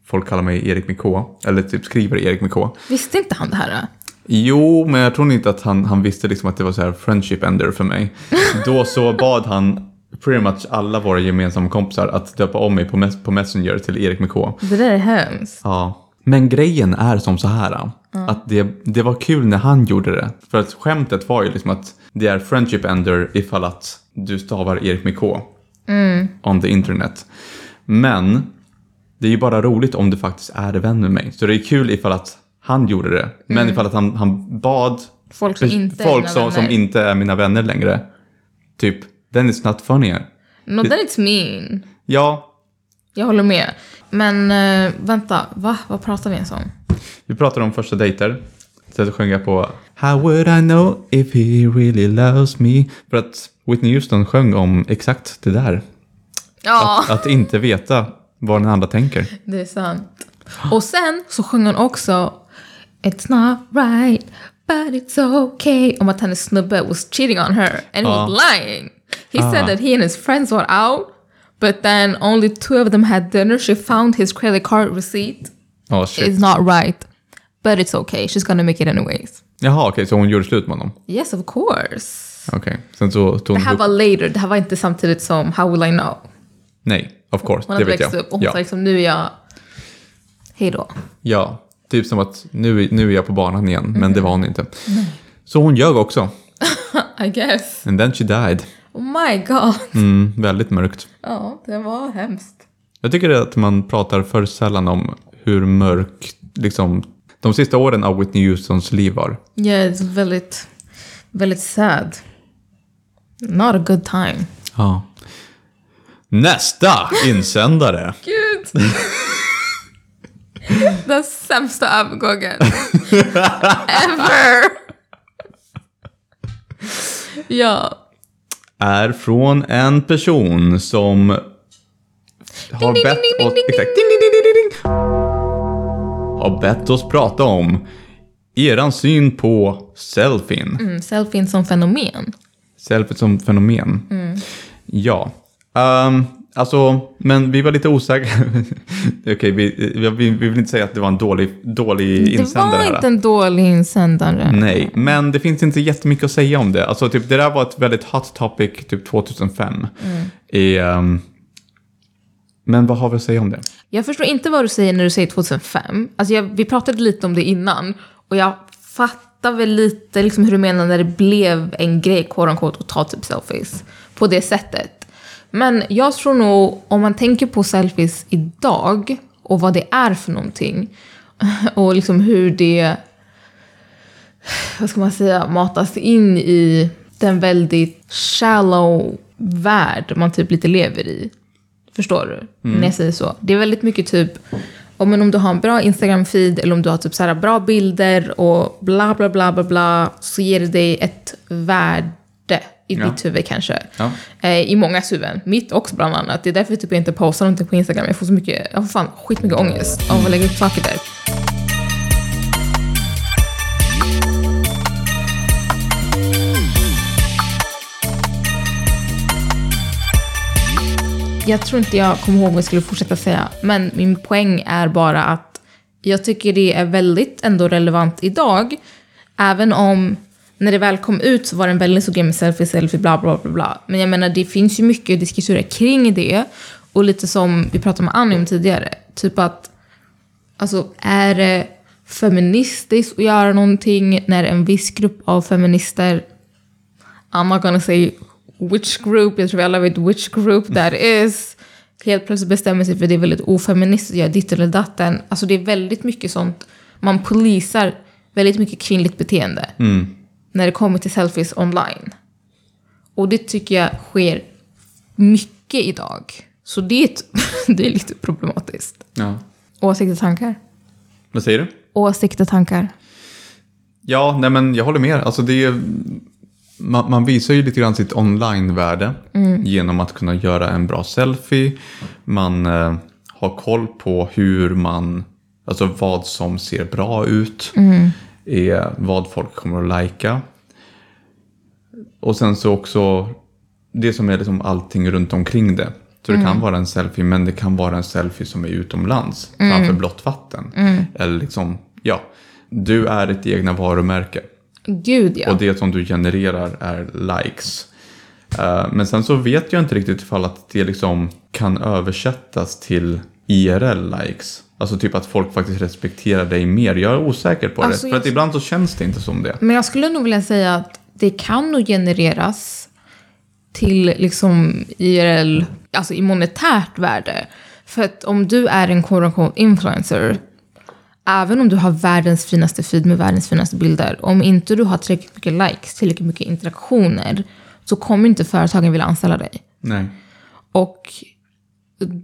[SPEAKER 2] folk kallar mig Erik med K, eller typ skriver Erik med K.
[SPEAKER 1] Visste inte han det här? Då?
[SPEAKER 2] Jo, men jag tror inte att han, han visste liksom att det var så här friendship ender för mig. Då så bad han pretty much alla våra gemensamma kompisar att döpa om mig på, mess- på Messenger till Erik med K.
[SPEAKER 1] Det där är hemskt.
[SPEAKER 2] Ja. Men grejen är som så här. äh,
[SPEAKER 1] Mm.
[SPEAKER 2] Att det, det var kul när han gjorde det. För att skämtet var ju liksom att det är friendship ender ifall att du stavar Erik med K.
[SPEAKER 1] Mm.
[SPEAKER 2] On the internet. Men det är ju bara roligt om du faktiskt är vän med mig. Så det är kul ifall att han gjorde det. Men ifall att han, han bad
[SPEAKER 1] Mm. Folk som inte är
[SPEAKER 2] folk
[SPEAKER 1] mina
[SPEAKER 2] som, som
[SPEAKER 1] vänner.
[SPEAKER 2] inte är mina vänner längre. Typ, then it's not funnier.
[SPEAKER 1] No, that it's mean.
[SPEAKER 2] Ja,
[SPEAKER 1] Jag håller med. Men eh, vänta, va? Vad pratar vi ens om?
[SPEAKER 2] Vi pratade om första dejter. Sen så sjöng jag på How would I know if he really loves me? För att Whitney Houston sjöng om exakt det där.
[SPEAKER 1] Ja,
[SPEAKER 2] Att inte veta vad den andra tänker.
[SPEAKER 1] det är sant. Och sen så sjöng hon också It's not right, but it's okay. Om att hennes snubbe was cheating on her and he
[SPEAKER 2] Ja.
[SPEAKER 1] was lying. He
[SPEAKER 2] Ah.
[SPEAKER 1] said that he and his friends were out. But then only two of them had dinner. She found his credit card receipt.
[SPEAKER 2] Ja, shit.
[SPEAKER 1] It's not right, but it's okay. She's gonna make it anyways.
[SPEAKER 2] Jaha, okej, så hon gjorde slut med honom.
[SPEAKER 1] Yes, of course.
[SPEAKER 2] Okej, sen så tog
[SPEAKER 1] Det
[SPEAKER 2] hon
[SPEAKER 1] här
[SPEAKER 2] upp...
[SPEAKER 1] var later. Det här var inte samtidigt som How will I know?
[SPEAKER 2] Nej, of course,
[SPEAKER 1] Hon
[SPEAKER 2] det
[SPEAKER 1] hade
[SPEAKER 2] vet
[SPEAKER 1] växt
[SPEAKER 2] jag.
[SPEAKER 1] upp och hon
[SPEAKER 2] ja.
[SPEAKER 1] sa liksom nu är jag... Hej då.
[SPEAKER 2] ja, typ som att nu, är- nu är jag på banan igen, men
[SPEAKER 1] Mm.
[SPEAKER 2] det var hon inte. Så hon ljög också.
[SPEAKER 1] I guess.
[SPEAKER 2] And then she died.
[SPEAKER 1] Oh my god.
[SPEAKER 2] Mm, väldigt mörkt.
[SPEAKER 1] Ja, det var hemskt.
[SPEAKER 2] Jag tycker att man pratar för sällan om hur mörk liksom, de sista åren av Whitney Houstons liv var.
[SPEAKER 1] Ja, yeah, väldigt, väldigt sad. Not a good time.
[SPEAKER 2] Ja. Nästa insändare!
[SPEAKER 1] Gud! Den sämsta övergången. Ever! ja.
[SPEAKER 2] är från en person som har
[SPEAKER 1] ding,
[SPEAKER 2] bett
[SPEAKER 1] ding, ding,
[SPEAKER 2] oss...
[SPEAKER 1] ding,
[SPEAKER 2] Exakt. Ding, ding, ding, ding, ding, ding. Har bett oss prata om eran syn på selfien.
[SPEAKER 1] Mm, selfien som fenomen.
[SPEAKER 2] Selfiet som fenomen. Ja. Ehm, alltså, men vi var lite osäkra. Okej, vi, vi, vi vill inte säga att det var en dålig, dålig
[SPEAKER 1] Det
[SPEAKER 2] insändare.
[SPEAKER 1] var
[SPEAKER 2] här.
[SPEAKER 1] inte en dålig insändare.
[SPEAKER 2] Nej, men det finns inte jättemycket att säga om det. Alltså, typ, det där var ett väldigt hot topic typ 2005.
[SPEAKER 1] Mm.
[SPEAKER 2] I, ehm, men vad har vi att säga om det?
[SPEAKER 1] Jag förstår inte vad du säger när du säger 2005. Alltså jag, vi pratade lite om det innan och jag fattar väl lite liksom hur du menar när det blev en grej, quote unquote, att ta typ selfies på det sättet. Men jag tror nog, om man tänker på selfies idag och vad det är för någonting och liksom hur det vad ska man säga, matas in i den väldigt shallow värld man typ lite lever i. Förstår du?
[SPEAKER 2] Mm.
[SPEAKER 1] När jag säger så. Det är väldigt mycket typ, om, men om du har en bra Instagram-feed eller om du har typ så här bra bilder och bla bla bla bla bla så ger det dig ett värde i
[SPEAKER 2] Ja.
[SPEAKER 1] ditt huvud kanske.
[SPEAKER 2] Ja.
[SPEAKER 1] Eh, I många huvuden. Mitt också bland annat. Det är därför typ jag inte postar någonting på Instagram. Jag får så mycket, jag får fan skitmycket ångest av att lägga upp saker där. Jag tror inte jag kommer ihåg vad jag skulle fortsätta säga, men min poäng är bara att jag tycker det är väldigt ändå relevant idag, även om när det väl kom ut så var det en väldigt stor grej med selfie, selfie, bla bla bla bla. Men jag menar, det finns ju mycket diskussioner kring det och lite som vi pratade med Annie om tidigare, typ att Alltså är det feministiskt att göra någonting när en viss grupp av feminister, I'm not gonna say which group, jag tror vi alla vet which group that is, helt plötsligt bestämmer sig för att det är väldigt ofeministiskt att göra ditt eller datten. Alltså det är väldigt mycket sånt, man polisar väldigt mycket kvinnligt beteende när det kommer till selfies online. Och det tycker jag sker mycket idag. Så det är, ett, det är lite problematiskt.
[SPEAKER 2] Ja.
[SPEAKER 1] Åsikter och tankar?
[SPEAKER 2] Vad säger du?
[SPEAKER 1] Åsikter och tankar.
[SPEAKER 2] Ja, nej men jag håller med. Alltså det är, man, man visar ju lite grann sitt online-värde genom att kunna göra en bra selfie. Man eh, har koll på hur man, alltså vad som ser bra ut, är vad folk kommer att lajka. Och sen så också det som är liksom allting runt omkring det. Så det kan vara en selfie, men det kan vara en selfie som är utomlands framför blått vatten. Eller liksom, ja, du är ditt egna varumärke.
[SPEAKER 1] Gud ja.
[SPEAKER 2] Och det som du genererar är likes. Eh, Men sen så vet jag inte riktigt ifall att det liksom kan översättas till IRL-likes. Alltså typ att folk faktiskt respekterar dig mer. Jag är osäker på
[SPEAKER 1] Alltså,
[SPEAKER 2] det. För
[SPEAKER 1] jag-
[SPEAKER 2] att ibland så känns det inte som det.
[SPEAKER 1] Men jag skulle nog vilja säga att det kan nog genereras till liksom IRL, alltså i monetärt värde. För att om du är en quote unquote influencer, även om du har världens finaste feed med världens finaste bilder, om inte du har tillräckligt mycket likes, tillräckligt mycket interaktioner, så kommer inte företagen vilja anställa dig.
[SPEAKER 2] Nej.
[SPEAKER 1] Och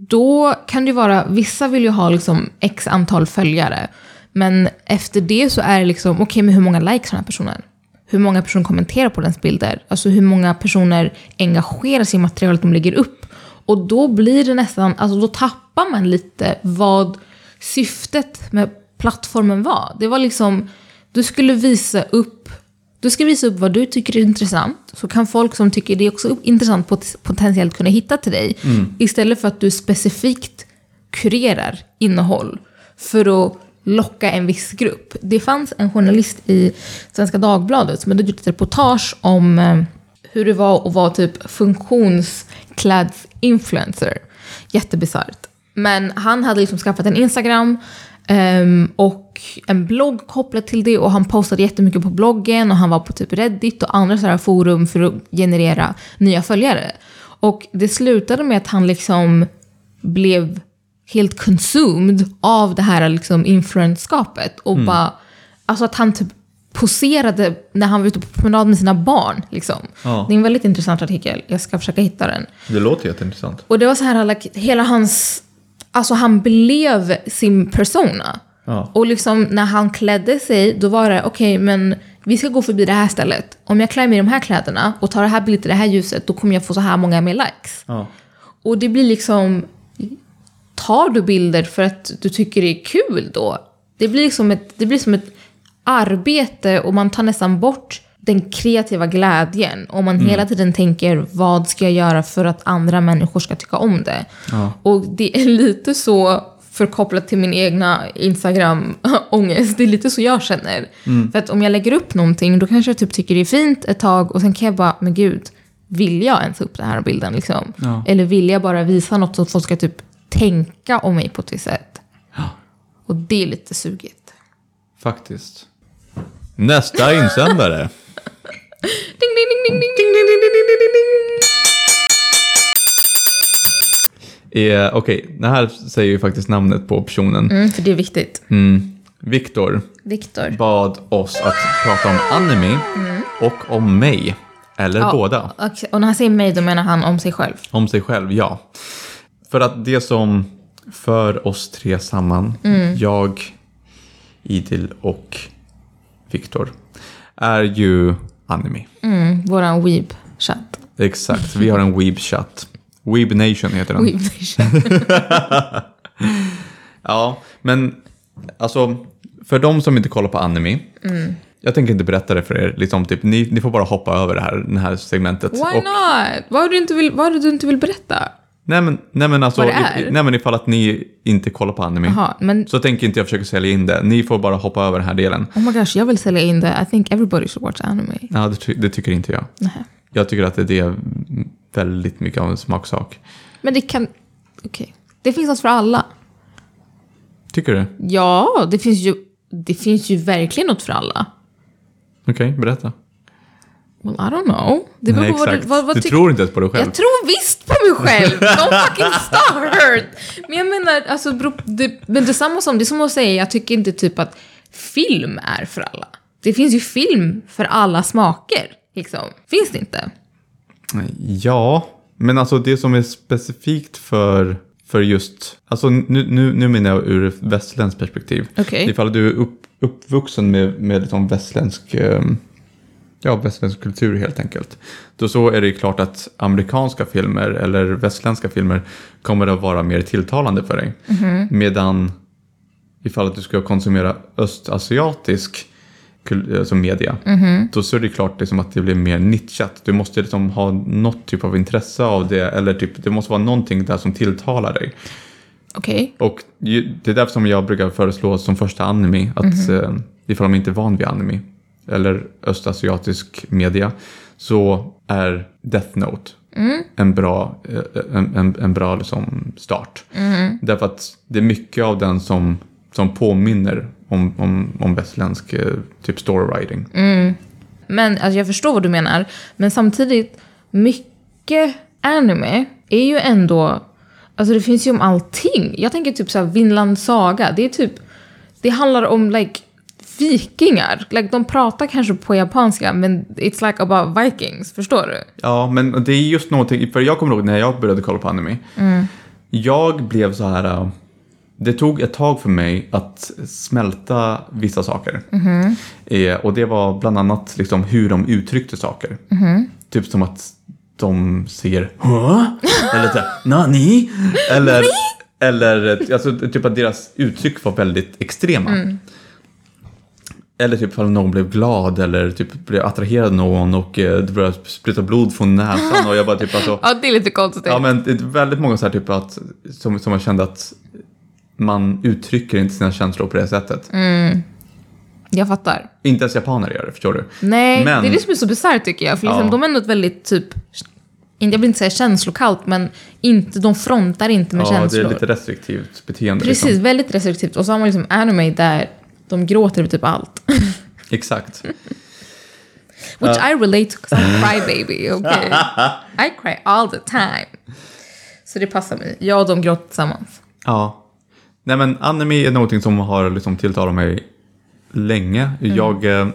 [SPEAKER 1] då kan det ju vara, vissa vill ju ha liksom x antal följare. Men efter det så är det liksom, okej men hur många likes har den här personen? Hur många personer kommenterar på dens bilder? Alltså hur många personer engagerar sig i materialet de lägger upp? Och då blir det nästan, alltså då tappar man lite vad syftet med plattformen var. Det var liksom, du skulle visa upp du ska visa upp vad du tycker är intressant, så kan folk som tycker det är också intressant pot- potentiellt kunna hitta till dig. Istället för att du specifikt kurerar innehåll för att locka en viss grupp. Det fanns en journalist i Svenska Dagbladet som hade gjort ett reportage om eh, hur det var att vara typ funktionsklädsinfluencer. Jättebisarrt. Men han hade liksom skaffat en Instagram ehm, och en blogg kopplat till det och han postade jättemycket på bloggen och han var på typ Reddit och andra sådana forum för att generera nya följare. Och det slutade med att han liksom blev helt consumed av det här liksom influenskapet och bara, alltså att han typ poserade när han var ute på promenad med sina barn. Liksom.
[SPEAKER 2] Ja.
[SPEAKER 1] Det är en väldigt intressant artikel, jag ska försöka hitta den.
[SPEAKER 2] Det låter jätteintressant.
[SPEAKER 1] Och det var så här, like, hela hans... Alltså han blev sin persona.
[SPEAKER 2] Ja.
[SPEAKER 1] Och liksom när han klädde sig, då var det okej, men vi ska gå förbi det här stället. Om jag klär mig i de här kläderna och tar det här bilden i det här ljuset, då kommer jag få så här många mer likes.
[SPEAKER 2] Ja.
[SPEAKER 1] Och det blir liksom... Tar du bilder för att du tycker det är kul då? Det blir, liksom ett, det blir som ett arbete och man tar nästan bort den kreativa glädjen. Om man hela tiden tänker vad ska jag göra för att andra människor ska tycka om det? Och det är lite så, förkopplat till min egna Instagram-ångest, det är lite så jag känner. För att om jag lägger upp någonting då kanske jag typ tycker det är fint ett tag och sen kan jag bara, men gud, vill jag ens upp den här bilden? Liksom?
[SPEAKER 2] Ja.
[SPEAKER 1] Eller vill jag bara visa något så att folk ska typ tänka om mig på ett visst sätt? Och det är lite sugigt.
[SPEAKER 2] Faktiskt. Nästa insändare.
[SPEAKER 1] Ding, ding, ding, ding, ding, ding, ding, ding, ding, ding, ding, ding.
[SPEAKER 2] är- Eh, Okej, det här säger ju faktiskt namnet på personen.
[SPEAKER 1] Mm, för det är viktigt.
[SPEAKER 2] Mm. Viktor
[SPEAKER 1] Viktor.
[SPEAKER 2] bad oss att prata om anime
[SPEAKER 1] Mm.
[SPEAKER 2] och om mig. Eller båda.
[SPEAKER 1] Och, och när han säger mig, då menar han om sig själv.
[SPEAKER 2] Om sig själv, ja. För att det som för oss tre samman,
[SPEAKER 1] Mm.
[SPEAKER 2] jag, Idil och Viktor, är ju anime.
[SPEAKER 1] Mm, våran weeb-chatt.
[SPEAKER 2] Exakt, vi har en weeb-chatt. Weeb Nation heter den.
[SPEAKER 1] Weeb-chatt.
[SPEAKER 2] Ja, men alltså för de som inte kollar på anime.
[SPEAKER 1] Mm.
[SPEAKER 2] Jag tänker inte berätta det för er. Liksom, typ, ni, ni får bara hoppa över det här, det här segmentet.
[SPEAKER 1] Why not? Vad är det du inte vill, vad är det du inte vill berätta?
[SPEAKER 2] nej, men, nej, men alltså,
[SPEAKER 1] Vad det är?
[SPEAKER 2] i- nej, men ifall att ni inte kollar på anime.
[SPEAKER 1] Jaha, men
[SPEAKER 2] Så tänker inte jag försöka sälja in det. Ni får bara hoppa över den här delen.
[SPEAKER 1] oh my gosh, jag vill sälja in det. I think everybody should watch anime.
[SPEAKER 2] Ja, det, ty- det tycker inte jag.
[SPEAKER 1] Nähä.
[SPEAKER 2] Jag tycker att det är väldigt mycket av en smaksak.
[SPEAKER 1] Men det kan... Okej. Det finns något för alla.
[SPEAKER 2] Tycker du?
[SPEAKER 1] Ja, det finns ju, det finns ju verkligen något för alla.
[SPEAKER 2] Okej, berätta.
[SPEAKER 1] Well, I don't know. Det beror
[SPEAKER 2] Nej,
[SPEAKER 1] på vad du,
[SPEAKER 2] exakt.
[SPEAKER 1] vad, vad
[SPEAKER 2] du
[SPEAKER 1] tyck-
[SPEAKER 2] tror inte ens på dig själv.
[SPEAKER 1] Jag tror visst på mig själv! Don't fucking start! Men jag menar, alltså, bero, det, men detsamma som, det är som att säga, jag tycker inte typ att film är för alla. Det finns ju film för alla smaker, liksom. Finns det inte?
[SPEAKER 2] Ja, men alltså det som är specifikt för, för just... Alltså nu, nu, nu menar jag ur ett västländskt perspektiv.
[SPEAKER 1] Okej.
[SPEAKER 2] Ifall du är upp, uppvuxen med, med liksom västländsk, ehm, ja, västländsk kultur helt enkelt. Då så är det ju klart att amerikanska filmer eller västländska filmer kommer att vara mer tilltalande för dig. Medan ifall att du ska konsumera östasiatisk kul- alltså media, då så är det klart liksom att det blir mer nischat. Du måste liksom ha något typ av intresse av det, eller typ, det måste vara någonting där som tilltalar dig.
[SPEAKER 1] Okej.
[SPEAKER 2] Och ju, det är därför som jag brukar föreslå som första anime, att eh, ifall de inte är van vid anime, eller östasiatisk media, så är Death Note en bra, eh, en, en, en bra liksom start. Därför att det är mycket av den som, som påminner om, om, om västländsk eh, typ storywriting.
[SPEAKER 1] Men alltså, jag förstår vad du menar. Men samtidigt, mycket anime är ju ändå... Alltså det finns ju om allting. Jag tänker typ så här Vinland saga. Det är typ... Det handlar om like vikingar. Like, de pratar kanske på japanska men it's like about vikings. Förstår du?
[SPEAKER 2] Ja, men det är just någonting, för jag kommer ihåg när jag började kolla på anime. Jag blev så här, äh, det tog ett tag för mig att smälta vissa saker. Eh, och det var bland annat liksom hur de uttryckte saker. Typ som att de säger "Hå?" eller så här, nani? Eller, eller alltså, typ att deras uttryck var väldigt extrema. Eller typ ifall någon blev glad eller typ blev attraherad av någon och eh, det började spruta blod från näsan och jag bara typ alltså.
[SPEAKER 1] Ja, det är lite konstigt.
[SPEAKER 2] Ja men det är väldigt många så här typ att som, som man kände att man uttrycker inte sina känslor på det sättet.
[SPEAKER 1] Mm. Jag fattar.
[SPEAKER 2] Inte ens japaner gör det, förstår du?
[SPEAKER 1] Nej,
[SPEAKER 2] Men-
[SPEAKER 1] det är det som är så bisarrt tycker jag. För liksom,
[SPEAKER 2] Ja.
[SPEAKER 1] de är ändå ett väldigt typ... Jag vill inte säga känslokallt, men inte, de frontar inte med
[SPEAKER 2] ja,
[SPEAKER 1] känslor.
[SPEAKER 2] det är lite restriktivt beteende.
[SPEAKER 1] Precis,
[SPEAKER 2] Liksom.
[SPEAKER 1] väldigt restriktivt. Och så har man liksom anime där de gråter över typ allt.
[SPEAKER 2] Exakt.
[SPEAKER 1] Which I relate to 'cause I'm a crybaby. Okay? I cry all the time. Så det passar mig. Jag och de gråter tillsammans.
[SPEAKER 2] Ja. Nej men anime är någonting som har liksom tilltalat mig länge. Jag, eh,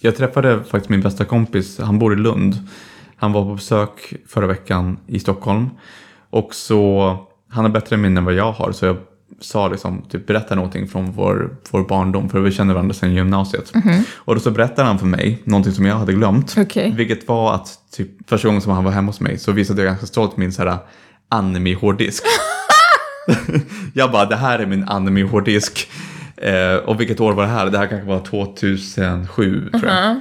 [SPEAKER 2] jag träffade faktiskt min bästa kompis, han bor i Lund. Han var på besök förra veckan i Stockholm. Och så, han har bättre minne än vad jag har så jag sa liksom, typ berätta någonting från vår, vår barndom för vi känner varandra sedan gymnasiet. Och då så berättade han för mig någonting som jag hade glömt.
[SPEAKER 1] Okej.
[SPEAKER 2] Vilket var att typ första gången som han var hemma hos mig så visade jag ganska stolt min så här anime-hårddisk. Jag bara, det här är min anime-hårddisk. Eh, och vilket år var det här? Det här kanske var 2007 tror jag.
[SPEAKER 1] Mm-hmm.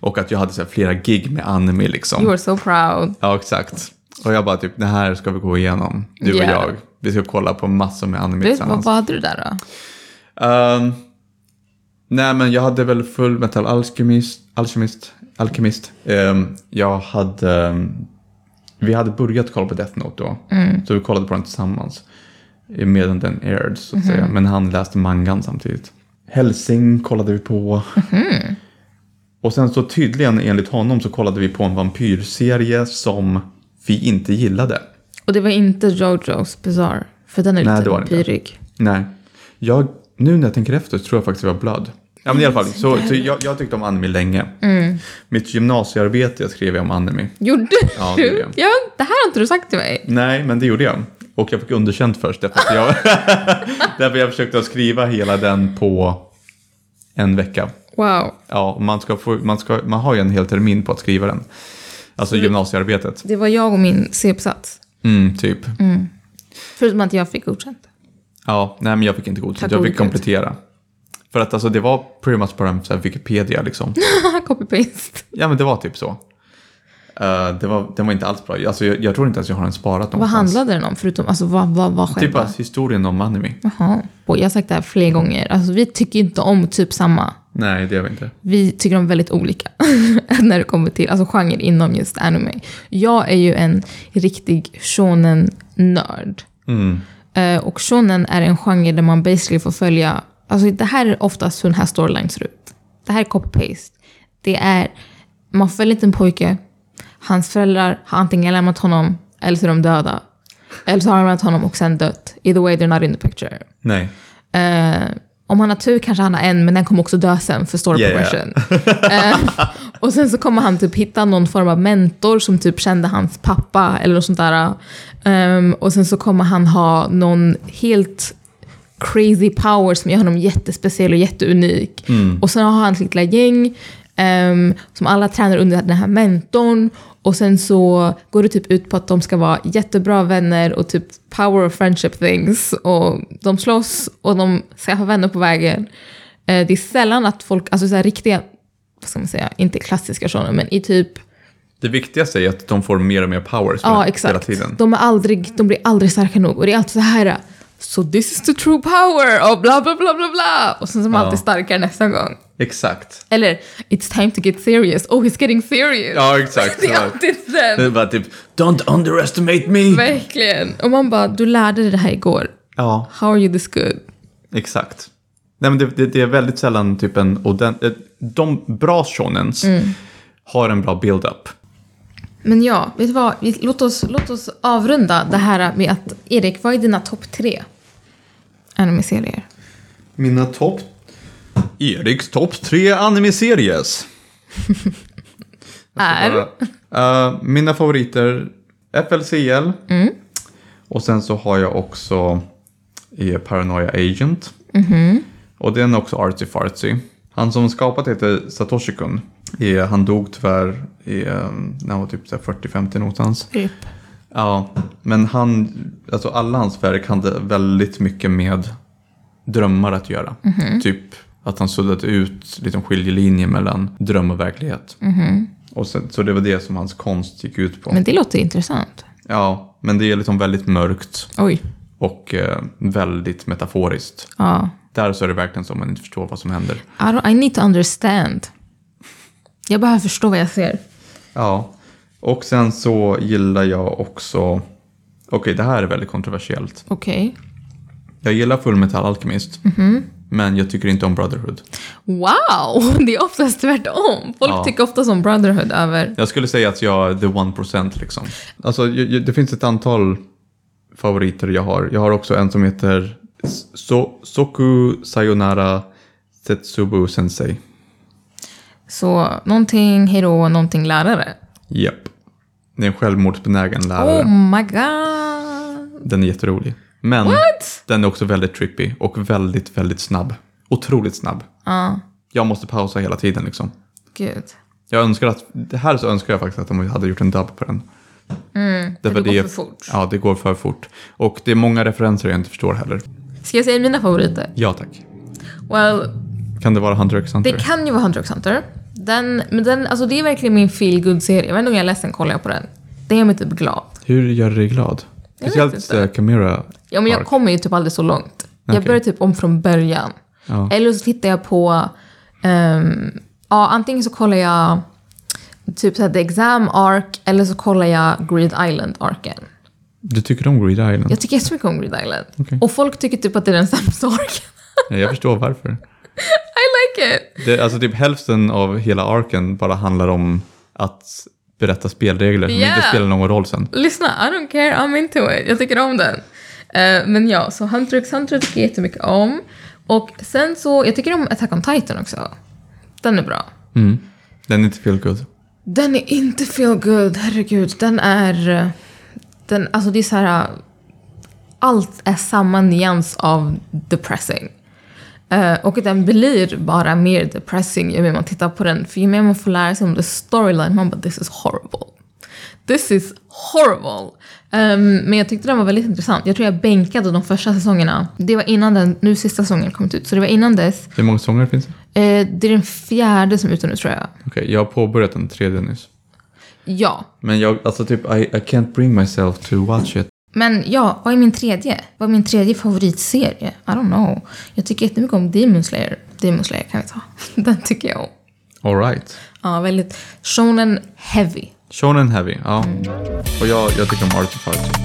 [SPEAKER 2] Och att jag hade så här, flera gig med anime liksom.
[SPEAKER 1] You are so proud.
[SPEAKER 2] Ja, exakt. Och jag bara, typ, det här ska vi gå igenom, du
[SPEAKER 1] Ja.
[SPEAKER 2] och jag. Vi ska kolla på massor med anime
[SPEAKER 1] Vet, vad,
[SPEAKER 2] tillsammans.
[SPEAKER 1] vad hade du där då?
[SPEAKER 2] Ehm, nej, men jag hade väl full metal alchemist. alchemist, alchemist. Ehm, jag hade... ehm, vi hade börjat kolla på Death Note då. Så vi kollade på den tillsammans. eh, Medan den aired, så att säga. Men han läste mangan samtidigt. Helsing kollade vi på. Och sen så tydligen, enligt honom, så kollade vi på en vampyrserie som vi inte gillade.
[SPEAKER 1] Och det var inte JoJo's Bizarre. För den är
[SPEAKER 2] Nej,
[SPEAKER 1] lite
[SPEAKER 2] det var det inte.
[SPEAKER 1] empirig.
[SPEAKER 2] Nej. Jag, nu när jag tänker efter så tror jag faktiskt det var blöd. Ja men i alla fall, så, så jag, jag tyckte om anime länge. Mitt gymnasiearbete skrev jag om anime.
[SPEAKER 1] Gjorde
[SPEAKER 2] Ja, det
[SPEAKER 1] du?
[SPEAKER 2] gjorde
[SPEAKER 1] Ja,
[SPEAKER 2] jag.
[SPEAKER 1] det här har inte du sagt till mig.
[SPEAKER 2] Nej, men det gjorde jag. Och jag fick underkänt först därför att jag, därför jag försökte att skriva hela den på en vecka.
[SPEAKER 1] Wow.
[SPEAKER 2] Ja, och man, ska få, man, ska, man har ju en hel termin på att skriva den. Alltså gymnasiearbetet.
[SPEAKER 1] Det var jag och min C-uppsats.
[SPEAKER 2] Mm, typ.
[SPEAKER 1] Förutom att jag fick godkänt.
[SPEAKER 2] Ja, nej men jag fick inte godkänt.
[SPEAKER 1] Tack
[SPEAKER 2] Jag
[SPEAKER 1] gode Gud.
[SPEAKER 2] fick komplettera. För att alltså det var pretty much bara en så här Wikipedia liksom.
[SPEAKER 1] Copy-paste.
[SPEAKER 2] Ja, men det var typ så. Eh, det var, den var inte alls bra. Alltså, jag, jag tror inte ens jag har den sparat
[SPEAKER 1] Vad
[SPEAKER 2] någonstans.
[SPEAKER 1] handlade den om? Förutom, alltså vad, vad, vad
[SPEAKER 2] Typ
[SPEAKER 1] själva?
[SPEAKER 2] att historien om anime.
[SPEAKER 1] Jaha. Och jag har sagt det här fler gånger. Alltså vi tycker inte om typ samma.
[SPEAKER 2] Nej, det gör vi inte.
[SPEAKER 1] Vi tycker om väldigt olika. när det kommer till alltså genre inom just anime. Jag är ju en riktig shonen-nörd.
[SPEAKER 2] Mm.
[SPEAKER 1] Eh, och shonen är en genre där man basically får följa... Alltså det här är oftast hur den här storylines ser ut. Det här är copy-paste. Det är... Man följer inte en pojke. Hans föräldrar har antingen lämnat honom eller så är de döda. Eller så har de lämnat honom och sen dött. Either way, they're not in the picture.
[SPEAKER 2] Nej.
[SPEAKER 1] Eh, om han har tur kanske han har en, men den kommer också dö sen för story
[SPEAKER 2] Yeah, yeah.
[SPEAKER 1] progression. Eh, och sen så kommer han typ hitta någon form av mentor som typ kände hans pappa eller något sånt där. Ehm, och sen så kommer han ha någon helt crazy power som gör honom jättespeciell och jätteunik. Och sen har han sitt lilla gäng ehm, som alla tränar under den här mentorn. Och sen så går det typ ut på att de ska vara jättebra vänner och typ power of friendship things. Och de slåss och de skaffar vänner på vägen. Eh, det är sällan att folk, alltså så här riktiga, vad ska man säga, inte klassiska shonen, men i typ
[SPEAKER 2] Det viktigaste är att de får mer och mer powers
[SPEAKER 1] Ja,
[SPEAKER 2] hela
[SPEAKER 1] exakt.
[SPEAKER 2] tiden.
[SPEAKER 1] De, är aldrig, de blir aldrig starka nog. Och det är alltid så här. So this is the true power och bla bla bla bla bla. Och sen som alltid starkare nästa gång.
[SPEAKER 2] Exakt.
[SPEAKER 1] Eller It's time to get serious. Oh, he's getting serious.
[SPEAKER 2] Ja, exakt.
[SPEAKER 1] Det är
[SPEAKER 2] Ja.
[SPEAKER 1] alltid
[SPEAKER 2] Det är
[SPEAKER 1] den.
[SPEAKER 2] bara typ, don't underestimate me!
[SPEAKER 1] Verkligen. Och man bara, du lärde dig det här igår.
[SPEAKER 2] Ja,
[SPEAKER 1] How are you this good?
[SPEAKER 2] exakt. Nej, men det, det, det är väldigt sällan typ en ordent- eh, De bra shonens
[SPEAKER 1] Mm.
[SPEAKER 2] har en bra build-up.
[SPEAKER 1] Men ja, vet du vad? Vi- Låt oss, låt oss avrunda det här med att Erik, vad är dina topp tre anime-serier?
[SPEAKER 2] Mina topp... Eriks topp tre anime-series.
[SPEAKER 1] Är?
[SPEAKER 2] Eh, mina favoriter, FLCL. Och sen så har jag också eh, Paranoia Agent. Och den är också artsy fartsy. Han som skapat heter Satoshi Kun. Eh, han dog tyvärr i, eh, när han var typ så här 40-50 någonstans.
[SPEAKER 1] Rip.
[SPEAKER 2] Ja, men han, alltså alla hans verk hade väldigt mycket med drömmar att göra. Typ att han suddat ut liksom skiljelinjer mellan dröm och verklighet. Och sen, så det var det som hans konst gick ut på.
[SPEAKER 1] Men det låter intressant.
[SPEAKER 2] Ja, men det är liksom väldigt mörkt
[SPEAKER 1] Oj.
[SPEAKER 2] och eh, väldigt metaforiskt.
[SPEAKER 1] Ja.
[SPEAKER 2] Där så är det verkligen som man inte förstår vad som händer.
[SPEAKER 1] I, don't- I need to understand. Jag behöver förstå vad jag ser.
[SPEAKER 2] Ja, och sen så gillar jag också, okej det här är väldigt kontroversiellt.
[SPEAKER 1] Okej.
[SPEAKER 2] Jag gillar Full Metal Alchemist. Men jag tycker inte om Brotherhood.
[SPEAKER 1] Wow! Det är oftast tvärtom. Folk
[SPEAKER 2] Ja.
[SPEAKER 1] tycker ofta som Brotherhood över...
[SPEAKER 2] Jag skulle säga att jag är the one percent liksom. Alltså ju- ju- det finns ett antal favoriter jag har. Jag har också en som heter so Soku Sayonara Setsubu Sensei.
[SPEAKER 1] Så någonting hero, någonting lärare.
[SPEAKER 2] Japp. Det är en självmordsbenägen lärare.
[SPEAKER 1] Oh my god!
[SPEAKER 2] Den är jätterolig. Men
[SPEAKER 1] What?
[SPEAKER 2] den är också väldigt trippy och väldigt, väldigt snabb. Otroligt snabb.
[SPEAKER 1] Ja,
[SPEAKER 2] Jag måste pausa hela tiden liksom.
[SPEAKER 1] gud.
[SPEAKER 2] Jag önskar att, det här så önskar jag faktiskt att de hade gjort en dubb på den. Därför
[SPEAKER 1] Mm, det går för fort.
[SPEAKER 2] Ja, det går för fort. Och det är många referenser jag inte förstår heller.
[SPEAKER 1] Ska jag säga mina favoriter?
[SPEAKER 2] Ja, tack.
[SPEAKER 1] Well,
[SPEAKER 2] Kan det vara Hunter x Hunter?
[SPEAKER 1] det kan ju vara Hunter x Hunter. Den, men den, alltså det är verkligen min feel good serie Jag vet inte om jag är ledsen kollar jag på den. Det gör mig typ glad.
[SPEAKER 2] Hur gör det dig glad?
[SPEAKER 1] vet
[SPEAKER 2] Speciellt
[SPEAKER 1] inte.
[SPEAKER 2] eh, Camera.
[SPEAKER 1] Ja, men jag
[SPEAKER 2] Park.
[SPEAKER 1] kommer ju typ aldrig så långt.
[SPEAKER 2] Okej.
[SPEAKER 1] Jag börjar typ om från början.
[SPEAKER 2] Ja.
[SPEAKER 1] Eller så tittar jag på... ehm, ja, antingen så kollar jag typ så här, The Exam Arc eller så kollar jag Greed Island-arken.
[SPEAKER 2] Du tycker om Greed Island?
[SPEAKER 1] Jag tycker jättemycket om Greed Island.
[SPEAKER 2] Okej.
[SPEAKER 1] Och folk tycker typ att det är den sämsta arken.
[SPEAKER 2] Ja, jag förstår varför.
[SPEAKER 1] I like it!
[SPEAKER 2] Det, alltså typ hälften av hela arken bara handlar om att berätta spelregler som inte
[SPEAKER 1] Yeah.
[SPEAKER 2] spelar någon roll sen.
[SPEAKER 1] Lyssna, I don't care, I'm into it. Jag tycker om den. Eh, men ja, så Hunter x Hunter tycker jag jättemycket om. Och sen så, jag tycker om Attack on Titan också. Den är bra.
[SPEAKER 2] Mm. Den är inte feel good.
[SPEAKER 1] Den är inte feel good, herregud. Den är... Den, alltså det är så här... Allt är samma nyans av depressing. Eh, och den blir bara mer depressing ju mer man tittar på den. För ju mer man får lära sig om the storyline, man bara this is horrible. This is horrible. Ehm, men jag tyckte den var väldigt intressant. Jag tror jag bänkade de första säsongerna. Det var innan den nu sista säsongen kommit ut. Så det var innan dess.
[SPEAKER 2] Hur många sånger finns det?
[SPEAKER 1] Eh, det är den fjärde som är ute nu tror jag.
[SPEAKER 2] Okej, jag har påbörjat den tredje nyss.
[SPEAKER 1] Ja,
[SPEAKER 2] Men jag, alltså typ, I, I can't bring myself to watch it.
[SPEAKER 1] Men ja, vad är min tredje? Vad är min tredje favoritserie? I don't know. Jag tycker jättemycket om Demon Slayer. Demon Slayer kan vi ta. Den tycker jag om.
[SPEAKER 2] Alright.
[SPEAKER 1] Ja, väldigt shonen heavy.
[SPEAKER 2] Shonen Heavy, ja. Och jag, jag tycker om Artifact.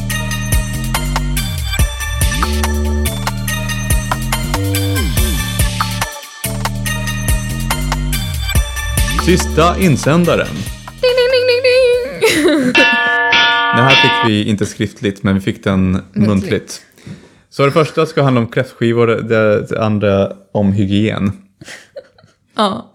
[SPEAKER 2] Sista insändaren.
[SPEAKER 1] Ding, ding, ding, ding, ding.
[SPEAKER 2] Den här fick vi inte skriftligt, men vi fick den muntligt. Så det första ska handla om kräftskivor, det, det andra om hygien.
[SPEAKER 1] ja.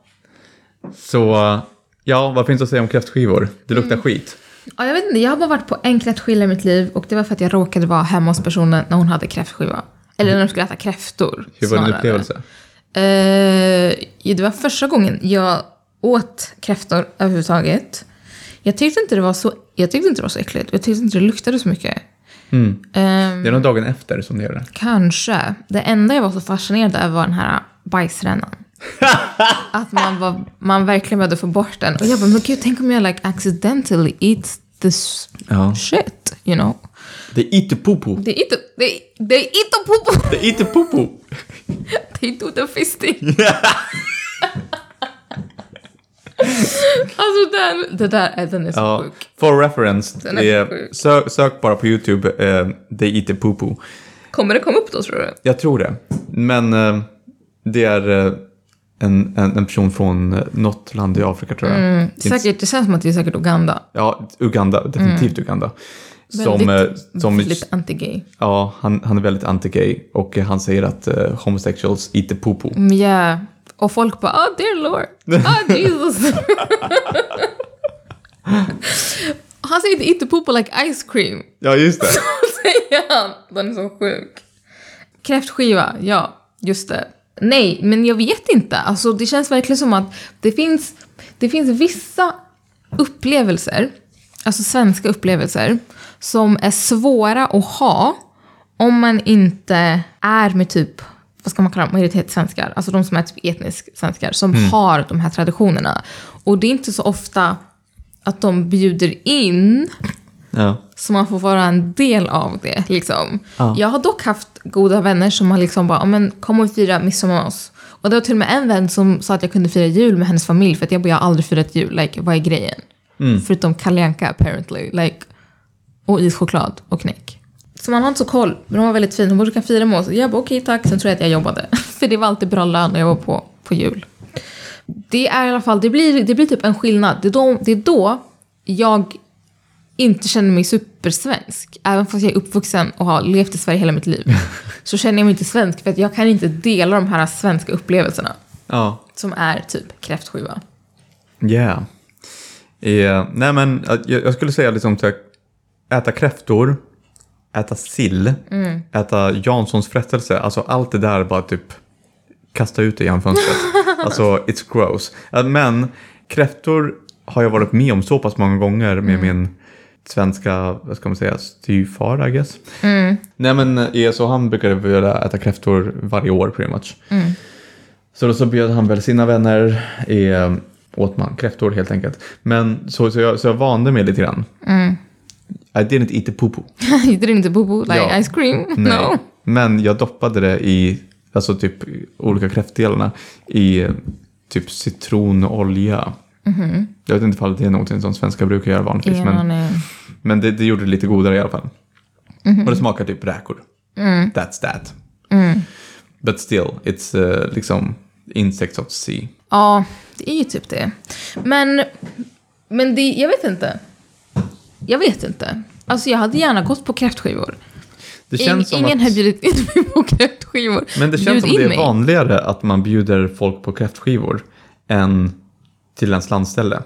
[SPEAKER 2] Så, ja, vad finns det att säga om kräftskivor? Det luktar skit.
[SPEAKER 1] ja, jag vet inte. Jag har bara varit på en kräftskiva i mitt liv och det var för att jag råkade vara hemma hos personen när hon hade kräftskiva. Eller när de skulle äta kräftor.
[SPEAKER 2] Hur var din
[SPEAKER 1] snarare.
[SPEAKER 2] upplevelse?
[SPEAKER 1] Eh, ja, det var första gången jag åt kräftor överhuvudtaget. Jag tyckte inte det var så, jag tyckte inte det var så äckligt. Jag tyckte inte det luktade så mycket. Eh,
[SPEAKER 2] Det är nog dagen efter som det gör det.
[SPEAKER 1] kanske. Det enda jag var så fascinerad över var den här bajsrännan. Att man, var, man verkligen behövde få bort den. Och jag bara, men gud, tänk om jag like accidentally eats this
[SPEAKER 2] Ja.
[SPEAKER 1] shit. you know.
[SPEAKER 2] Det är inte popo.
[SPEAKER 1] Det är inte, det är, det är inte popo.
[SPEAKER 2] Det är inte popo.
[SPEAKER 1] Det är inte utan fisting. alltså den, det där är, den är så
[SPEAKER 2] Ja,
[SPEAKER 1] sjuk.
[SPEAKER 2] for reference,
[SPEAKER 1] Den är
[SPEAKER 2] det är,
[SPEAKER 1] sjuk.
[SPEAKER 2] sök, sök bara på YouTube, eh, det är inte popo.
[SPEAKER 1] Kommer det komma upp då tror du?
[SPEAKER 2] Jag tror det. Men eh, det är eh, en, en, en person från eh, något land i Afrika tror jag.
[SPEAKER 1] Mm,
[SPEAKER 2] Inte-
[SPEAKER 1] Säkert, det känns som att det är säkert Uganda.
[SPEAKER 2] Ja, Uganda, definitivt Uganda. Som,
[SPEAKER 1] Mm. Väldigt-
[SPEAKER 2] eh, som,
[SPEAKER 1] Lite anti-gay.
[SPEAKER 2] ja, han, han är väldigt anti-gay och eh, han säger att eh, homosexuals eater popo.
[SPEAKER 1] Mm, yeah. Och folk bara oh dear lord, oh Jesus. han säger inte popo like ice cream.
[SPEAKER 2] Ja, just det.
[SPEAKER 1] säger han. Den är så sjuk. Kräftskiva, ja. Just det. Nej, men jag vet inte. Alltså, det känns verkligen som att det finns, det finns vissa upplevelser, alltså svenska upplevelser, som är svåra att ha om man inte är med typ, vad ska man kalla dem, majoritetssvenskar, alltså de som är typ etnisk svenskar, som har de här traditionerna. Och det är inte så ofta att de bjuder in
[SPEAKER 2] Ja.
[SPEAKER 1] så man får vara en del av det. Liksom.
[SPEAKER 2] Ja.
[SPEAKER 1] Jag har dock haft goda vänner som har liksom bara, "Ja, men kom och fira midsommar med oss. Och det var till och med en vän som sa att jag kunde fira jul med hennes familj för att jag bara, jag har aldrig firat jul, like vad är grejen? Förutom Kalle Anka apparently, like, och ischoklad och knäck. Så man har inte så koll, men hon var väldigt fin, hon borde kan fira med oss. Jag bara okej tack, sen tror jag att jag jobbade. för det var alltid bra lön när jag var på, på jul. Det är i alla fall, det blir, det blir typ en skillnad. Det är då, det är då jag inte känner mig supersvensk. Även fast jag är uppvuxen och har levt i Sverige hela mitt liv. Så känner jag mig inte svensk för att jag kan inte dela de här svenska upplevelserna.
[SPEAKER 2] Ja.
[SPEAKER 1] Som är typ kräftskiva.
[SPEAKER 2] Yeah. Eh, nej men eh, jag, jag skulle säga liksom så här, äta kräftor, äta sill, äta Janssons frestelse. Alltså allt det där bara typ kasta ut det genom fönstret. alltså it's gross. Eh, Men kräftor har jag varit med om så pass många gånger med min svenska, vad ska man säga, styvfar I guess. Nej men eh, så han brukade vilja äta kräftor varje år pretty much. Så då så bjöd han väl sina vänner, eh, åt man kräftor helt enkelt. Men så, så, jag, så jag vande mig lite grann.
[SPEAKER 1] Mm.
[SPEAKER 2] I didn't eat the poo-poo.
[SPEAKER 1] Heter det inte bobo like
[SPEAKER 2] Ja.
[SPEAKER 1] ice cream?
[SPEAKER 2] Nej.
[SPEAKER 1] No.
[SPEAKER 2] Men jag doppade det i, alltså typ i olika kräftdelarna i eh, typ citronolja.
[SPEAKER 1] Mm-hmm.
[SPEAKER 2] Jag vet inte ifall det är någonting som svenskar brukar göra vanligtvis.
[SPEAKER 1] Ingen
[SPEAKER 2] Men,
[SPEAKER 1] aning.
[SPEAKER 2] men det, det gjorde det lite godare i alla fall.
[SPEAKER 1] Mm-hmm.
[SPEAKER 2] Och det smakar typ räkor.
[SPEAKER 1] Mm.
[SPEAKER 2] That's that. But still, it's eh, liksom insects of the sea.
[SPEAKER 1] Ja, det är ju typ det. Men, men det, jag vet inte. Jag vet inte. Alltså jag hade gärna gått på kräftskivor.
[SPEAKER 2] Det
[SPEAKER 1] Ing-
[SPEAKER 2] som
[SPEAKER 1] ingen
[SPEAKER 2] att-
[SPEAKER 1] har bjudit in mig på kräftskivor.
[SPEAKER 2] Men det
[SPEAKER 1] Bjud
[SPEAKER 2] känns som
[SPEAKER 1] in
[SPEAKER 2] det är
[SPEAKER 1] mig.
[SPEAKER 2] vanligare att man bjuder folk på kräftskivor än till ens landställe.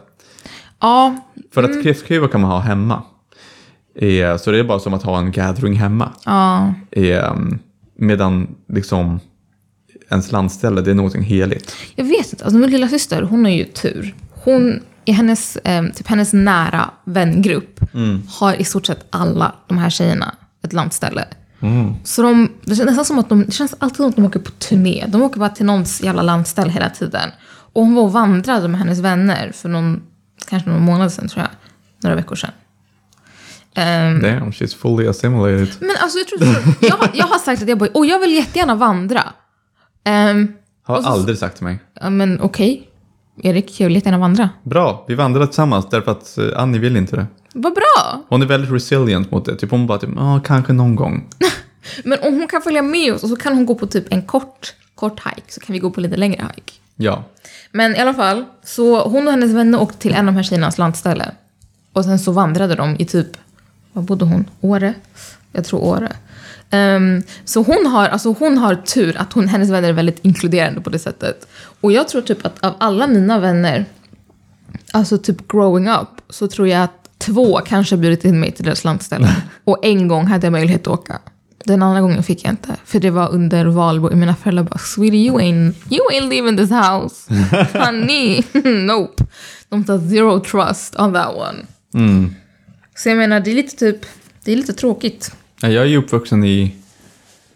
[SPEAKER 1] Ja,
[SPEAKER 2] För
[SPEAKER 1] Mm.
[SPEAKER 2] att kräftskivor kan man ha hemma. Eh, Så det är bara som att ha en gathering hemma.
[SPEAKER 1] ja.
[SPEAKER 2] Eh, Medan liksom ens landställe, det är någonting heligt.
[SPEAKER 1] Jag vet inte. Alltså min lilla syster, hon har ju tur. Hon, i hennes, eh, typ hennes nära vängrupp har i stort sett alla de här tjejerna ett landställe. Så de, det känns nästan som att de, det känns alltid som att de åker på turné. De åker bara till någons jävla landställe hela tiden. Och hon var och vandrade med hennes vänner för någon, kanske någon månad sedan tror jag. Några veckor sedan. Ehm,
[SPEAKER 2] Damn, she's fully assimilated.
[SPEAKER 1] men alltså jag tror jag, har- jag har sagt att jag bara, åh jag vill jättegärna vandra. Ehm,
[SPEAKER 2] Har
[SPEAKER 1] Och så-
[SPEAKER 2] aldrig sagt till mig.
[SPEAKER 1] ja, men okej, Erik, jag vill jättegärna vandra.
[SPEAKER 2] Bra, vi vandrar tillsammans därför att eh, Annie vill inte det.
[SPEAKER 1] Vad bra!
[SPEAKER 2] Hon är väldigt resilient mot det. Typ hon bara typ, ja, kanske någon gång.
[SPEAKER 1] Men om hon kan följa med oss och så kan hon gå på typ en kort, kort hike så kan vi gå på lite längre hike.
[SPEAKER 2] Ja.
[SPEAKER 1] Men i alla fall, så hon och hennes vänner åkte till en av de här tjejernas landställe. Och sen så vandrade de i typ, var bodde hon? Åre? Jag tror Åre. Ehm, så hon har, alltså hon har tur att hon, hennes vänner är väldigt inkluderande på det sättet. Och jag tror typ att av alla mina vänner, alltså typ growing up, så tror jag att två kanske bjudit in mig till deras landställe. Och en gång hade jag möjlighet att åka. Den andra gången fick jag inte, för det var under valborg. Mina föräldrar bara “Sweetie, you ain't, you ain't leaving this house. Honey, nope.” De tar zero trust on that one. Så jag menar, det är lite typ, det är lite tråkigt.
[SPEAKER 2] Ja, Jag är ju uppvuxen i,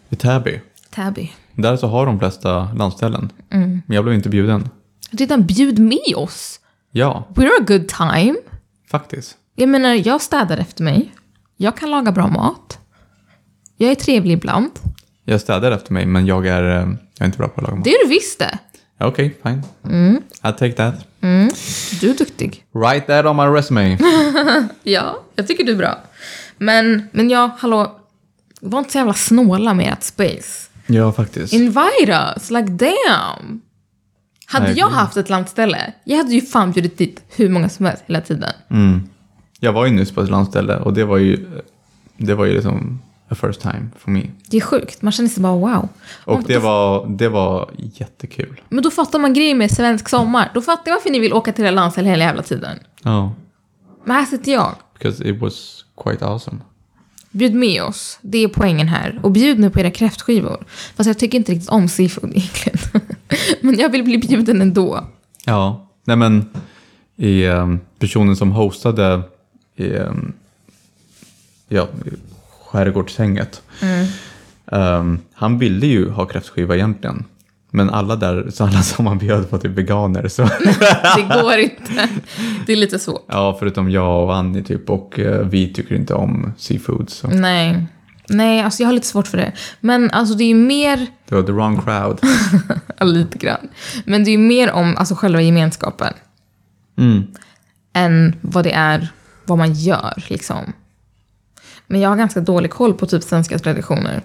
[SPEAKER 2] i Täby.
[SPEAKER 1] Tabby.
[SPEAKER 2] Där så har de flesta landställen. Men jag blev inte bjuden.
[SPEAKER 1] Redan bjud med oss.
[SPEAKER 2] Ja,
[SPEAKER 1] We're a good time.
[SPEAKER 2] faktiskt.
[SPEAKER 1] Jag menar, jag städar efter mig. Jag kan laga bra mat. Jag är trevlig ibland.
[SPEAKER 2] Jag städar efter mig, men jag är, eh, jag är inte bra på att laga mat.
[SPEAKER 1] Det är du visst det.
[SPEAKER 2] Ja, Okej, fine. I'll take that.
[SPEAKER 1] Du är duktig.
[SPEAKER 2] Write that on my resume.
[SPEAKER 1] Ja, jag tycker du är bra. Men, men ja, hallå. Var inte så jävla snåla med ert space.
[SPEAKER 2] ja, faktiskt.
[SPEAKER 1] Invite us, like damn. Hade
[SPEAKER 2] Nej,
[SPEAKER 1] jag
[SPEAKER 2] det-
[SPEAKER 1] haft ett lantställe, jag hade ju fan bjudit dit hur många som helst hela tiden.
[SPEAKER 2] Mm. Jag var ju nyss på ett landställe och det var ju, eh, det var ju liksom a first time for me.
[SPEAKER 1] Det är sjukt, man känner sig bara wow.
[SPEAKER 2] Och det var, det var jättekul.
[SPEAKER 1] Men då fattar man grejen med svensk sommar. Då fattar jag varför ni vill åka till det landstället hela jävla tiden.
[SPEAKER 2] Ja,
[SPEAKER 1] Men här sitter jag.
[SPEAKER 2] because it was quite awesome.
[SPEAKER 1] Bjud med oss. Det är poängen här. Och bjud nu på era kräftskivor. Fast jag tycker inte riktigt om seafood egentligen. Men jag vill bli bjuden ändå.
[SPEAKER 2] Ja, nej men i, eh, personen som hostade i, eh, ja, i skärgårdshänget. eh, han ville ju ha kräftskiva egentligen. Men alla där, så alla som han bjöd var typ veganer. Så.
[SPEAKER 1] Det går inte. Det är lite svårt.
[SPEAKER 2] ja, förutom jag och Annie typ. Och eh, vi tycker inte om seafood. Så
[SPEAKER 1] Nej. Nej, alltså jag har lite svårt för det. Men alltså det är ju mer,
[SPEAKER 2] det var the wrong crowd.
[SPEAKER 1] ja, lite grann. Men det är ju mer om alltså själva gemenskapen. Än vad det är, vad man gör liksom. Men jag har ganska dålig koll på typ svenska traditioner.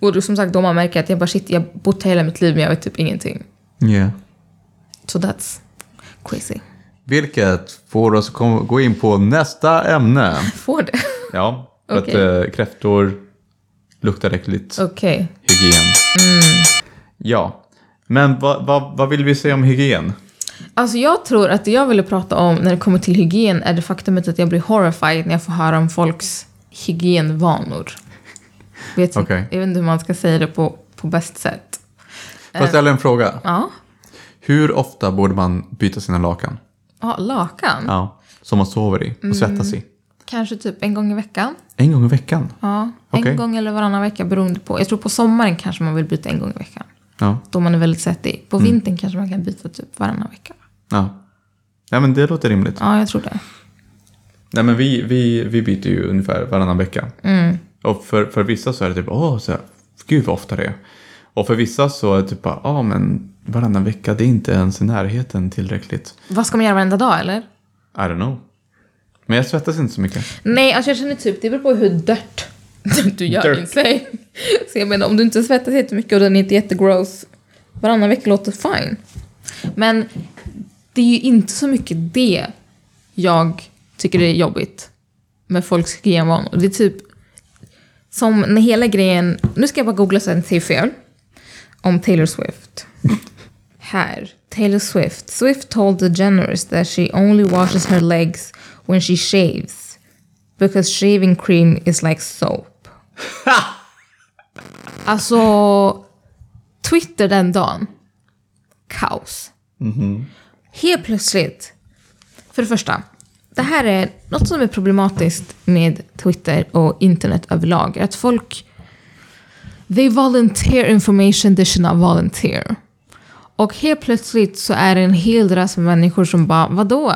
[SPEAKER 1] Och då, som sagt, då man märker att jag bara shit, jag har bott här hela mitt liv men jag vet typ ingenting.
[SPEAKER 2] Yeah.
[SPEAKER 1] So that's crazy.
[SPEAKER 2] Vilket får oss att kom- gå in på nästa ämne.
[SPEAKER 1] Får det?
[SPEAKER 2] Ja, för
[SPEAKER 1] Okej.
[SPEAKER 2] att eh, kräftor luktar äckligt.
[SPEAKER 1] Okej.
[SPEAKER 2] Hygien. Mm. Ja, men vad, vad, vad vill vi säga om hygien?
[SPEAKER 1] Alltså jag tror att det jag ville prata om när det kommer till hygien är det faktumet att jag blir horrified när jag får höra om folks hygienvanor. Vet inte-
[SPEAKER 2] Okej.
[SPEAKER 1] Jag vet inte hur man ska säga det på, på bäst sätt.
[SPEAKER 2] Får jag ställa en fråga?
[SPEAKER 1] Ja,
[SPEAKER 2] Hur ofta borde man byta sina lakan?
[SPEAKER 1] ja lakan.
[SPEAKER 2] Ja, som man sover i och svettas i?
[SPEAKER 1] Kanske typ en gång i veckan.
[SPEAKER 2] En gång i veckan?
[SPEAKER 1] Ja,
[SPEAKER 2] Okej.
[SPEAKER 1] En gång eller varannan vecka beroende på. Jag tror på sommaren kanske man vill byta en gång i veckan.
[SPEAKER 2] Ja.
[SPEAKER 1] Då man är väldigt svettig. På
[SPEAKER 2] Mm.
[SPEAKER 1] vintern kanske man kan byta typ varannan vecka.
[SPEAKER 2] ja. Nej, men det låter rimligt.
[SPEAKER 1] Ja, jag tror det.
[SPEAKER 2] Nej, men vi, vi, vi byter ju ungefär varannan vecka. Och för, för vissa så är det typ, åh, så här, gud vad ofta det är. Och för vissa så är det typ, bara, ja men varannan vecka, det är inte ens i närheten tillräckligt.
[SPEAKER 1] Vad ska man göra varenda dag eller?
[SPEAKER 2] I don't know. Men jag svettas inte så mycket.
[SPEAKER 1] Nej, alltså jag känner typ, det beror på hur dört du gör
[SPEAKER 2] Dirt.
[SPEAKER 1] din säng. Så jag menar, om du inte svettas jättemycket och den är inte jättegross, varannan vecka låter fine. Men det är ju inte så mycket det jag tycker är jobbigt med folks hygienvanor. Det är typ som när hela grejen, nu ska jag bara googla så jag inte säger fel, om Taylor Swift. Här. Taylor Swift. Swift told DeGeneres that she only washes her legs when she shaves. Because shaving cream is like soap. alltså, Twitter den dagen. Kaos. Helt plötsligt. För det första. Det här är något som är problematiskt med Twitter och internet överlag. är Att folk... They volunteer information they should not volunteer. Och helt plötsligt så är det en hel drös med människor som bara, vadå?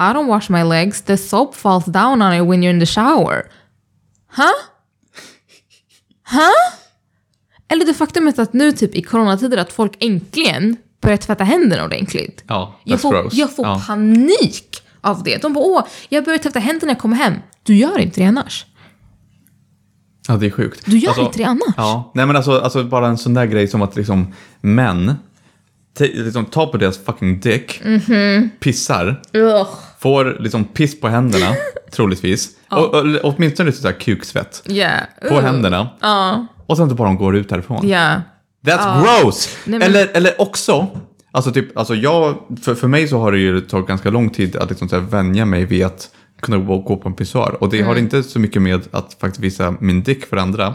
[SPEAKER 1] I don't wash my legs, the soap falls down on you when you're in the shower. Huh? Huh? Eller det faktumet att nu typ i coronatider att folk äntligen börjar tvätta händerna ordentligt.
[SPEAKER 2] Ja,
[SPEAKER 1] jag
[SPEAKER 2] that's
[SPEAKER 1] får,
[SPEAKER 2] gross.
[SPEAKER 1] jag får
[SPEAKER 2] Ja.
[SPEAKER 1] panik av det. De bara, åh, jag börjar tvätta händerna när jag kommer hem. Du gör inte det annars.
[SPEAKER 2] Ja, det är sjukt. Alltså,
[SPEAKER 1] Du gör inte det annars.
[SPEAKER 2] Ja, nej men alltså, alltså bara en sån där grej som att liksom män te- liksom, tar på deras fucking dick,
[SPEAKER 1] Mhm.
[SPEAKER 2] pissar,
[SPEAKER 1] Ugh.
[SPEAKER 2] får liksom piss på händerna, troligtvis. Och, och, åtminstone lite sådär kuksvett
[SPEAKER 1] Yeah.
[SPEAKER 2] på händerna. Och sen så bara de går ut därifrån.
[SPEAKER 1] Yeah.
[SPEAKER 2] That's gross!
[SPEAKER 1] Nej, men-
[SPEAKER 2] eller, eller också, alltså typ, alltså jag, för, för mig så har det ju tagit ganska lång tid att liksom så här vänja mig vid att kunna gå, gå på en pissoar. Och det har
[SPEAKER 1] Mm.
[SPEAKER 2] inte så mycket med att faktiskt visa min dick för andra,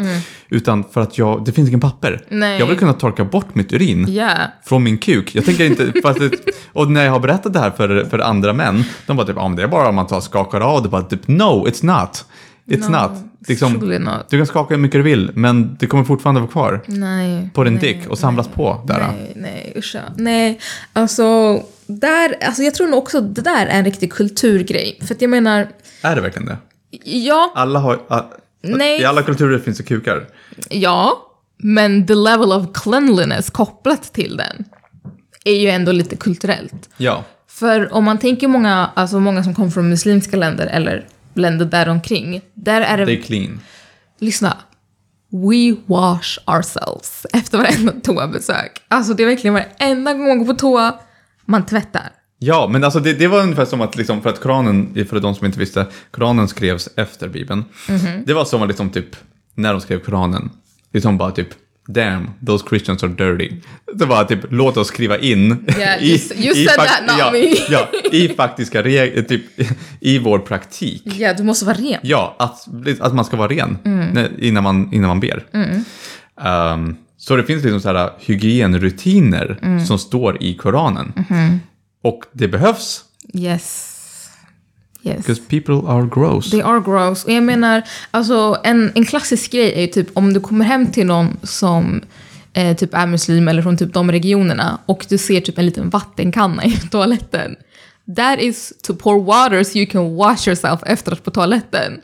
[SPEAKER 2] utan för att jag, det finns ingen papper.
[SPEAKER 1] Nej.
[SPEAKER 2] Jag vill kunna torka bort mitt urin
[SPEAKER 1] Yeah.
[SPEAKER 2] från min kuk. Jag tänker inte, fast det, och när jag har berättat det här för, för andra män, de bara typ, ja men det är bara om man tar och skakar av det, bara typ no, it's not. It's
[SPEAKER 1] No,
[SPEAKER 2] not. Liksom,
[SPEAKER 1] truly not.
[SPEAKER 2] du kan skaka hur mycket du vill, men det kommer fortfarande vara kvar
[SPEAKER 1] Nej.
[SPEAKER 2] på din
[SPEAKER 1] nej.
[SPEAKER 2] dick och samlas på där.
[SPEAKER 1] Nej, nej, uscha. Nej, alltså, där, alltså jag tror nog också att det där är en riktig kulturgrej. För att jag menar,
[SPEAKER 2] Är det verkligen det?
[SPEAKER 1] Ja,
[SPEAKER 2] Alla har, a-
[SPEAKER 1] Nej.
[SPEAKER 2] I alla kulturer finns det kukar.
[SPEAKER 1] ja, men the level of cleanliness kopplat till den är ju ändå lite kulturellt.
[SPEAKER 2] Ja.
[SPEAKER 1] För om man tänker många, alltså många som kommer från muslimska länder eller länder däromkring, där är det...
[SPEAKER 2] Det är clean.
[SPEAKER 1] Lyssna. We wash ourselves efter varenda toabesök. Alltså det är verkligen varenda gång man går på toa, man tvättar.
[SPEAKER 2] Ja, men alltså det, det var ungefär som att, liksom, för att Koranen, för de som inte visste, Koranen skrevs efter Bibeln.
[SPEAKER 1] Mhm.
[SPEAKER 2] Det var som att liksom typ, när de skrev Koranen, liksom bara typ, damn, those Christians are dirty. Det var typ, låt oss skriva in
[SPEAKER 1] Yeah, you s- you said
[SPEAKER 2] fak-
[SPEAKER 1] that, not
[SPEAKER 2] ja,
[SPEAKER 1] me.
[SPEAKER 2] ja, i faktiska regler, typ i vår praktik.
[SPEAKER 1] Ja, du måste vara ren.
[SPEAKER 2] Ja, att, att man ska vara ren
[SPEAKER 1] Mm.
[SPEAKER 2] när- innan, man, innan man ber. Ehm, så det finns liksom så här hygienrutiner
[SPEAKER 1] Mm.
[SPEAKER 2] som står i Koranen.
[SPEAKER 1] Mm-hmm.
[SPEAKER 2] Och det behövs,
[SPEAKER 1] Yes. Yes.
[SPEAKER 2] because people are gross.
[SPEAKER 1] They are gross. Och jag menar, alltså en, en klassisk grej är ju typ om du kommer hem till någon som eh, typ är muslim eller från typ de regionerna och du ser typ en liten vattenkanna i toaletten. That is to pour water so you can wash yourself efteråt på toaletten.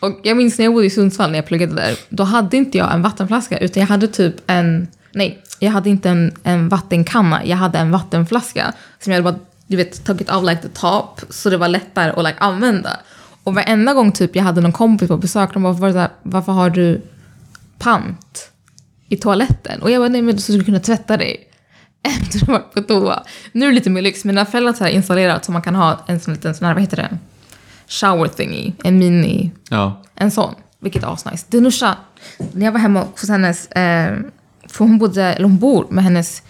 [SPEAKER 1] Och jag minns när jag bodde i Sundsvall när jag pluggade där, då hade inte jag en vattenflaska utan jag hade typ en, nej, jag hade inte en, en vattenkanna, jag hade en vattenflaska som jag hade bara, du vet, tagit av like the top så det var lättare att like använda. Och varenda gång typ jag hade någon kompis på besök, de bara, var så här, varför har du pant i toaletten? Och jag bara, nej men så skulle du kunna tvätta dig efter du har varit på toa. Nu är det lite mer lyx, mina föräldrar har så här installerat så man kan ha en sån liten, sån här, vad heter det? Shower thingy, en mini,
[SPEAKER 2] Ja.
[SPEAKER 1] en sån. Vilket är asnice. Dinusha, när jag var hemma hos hennes, eh, för hon bodde, eller hon bor med hennes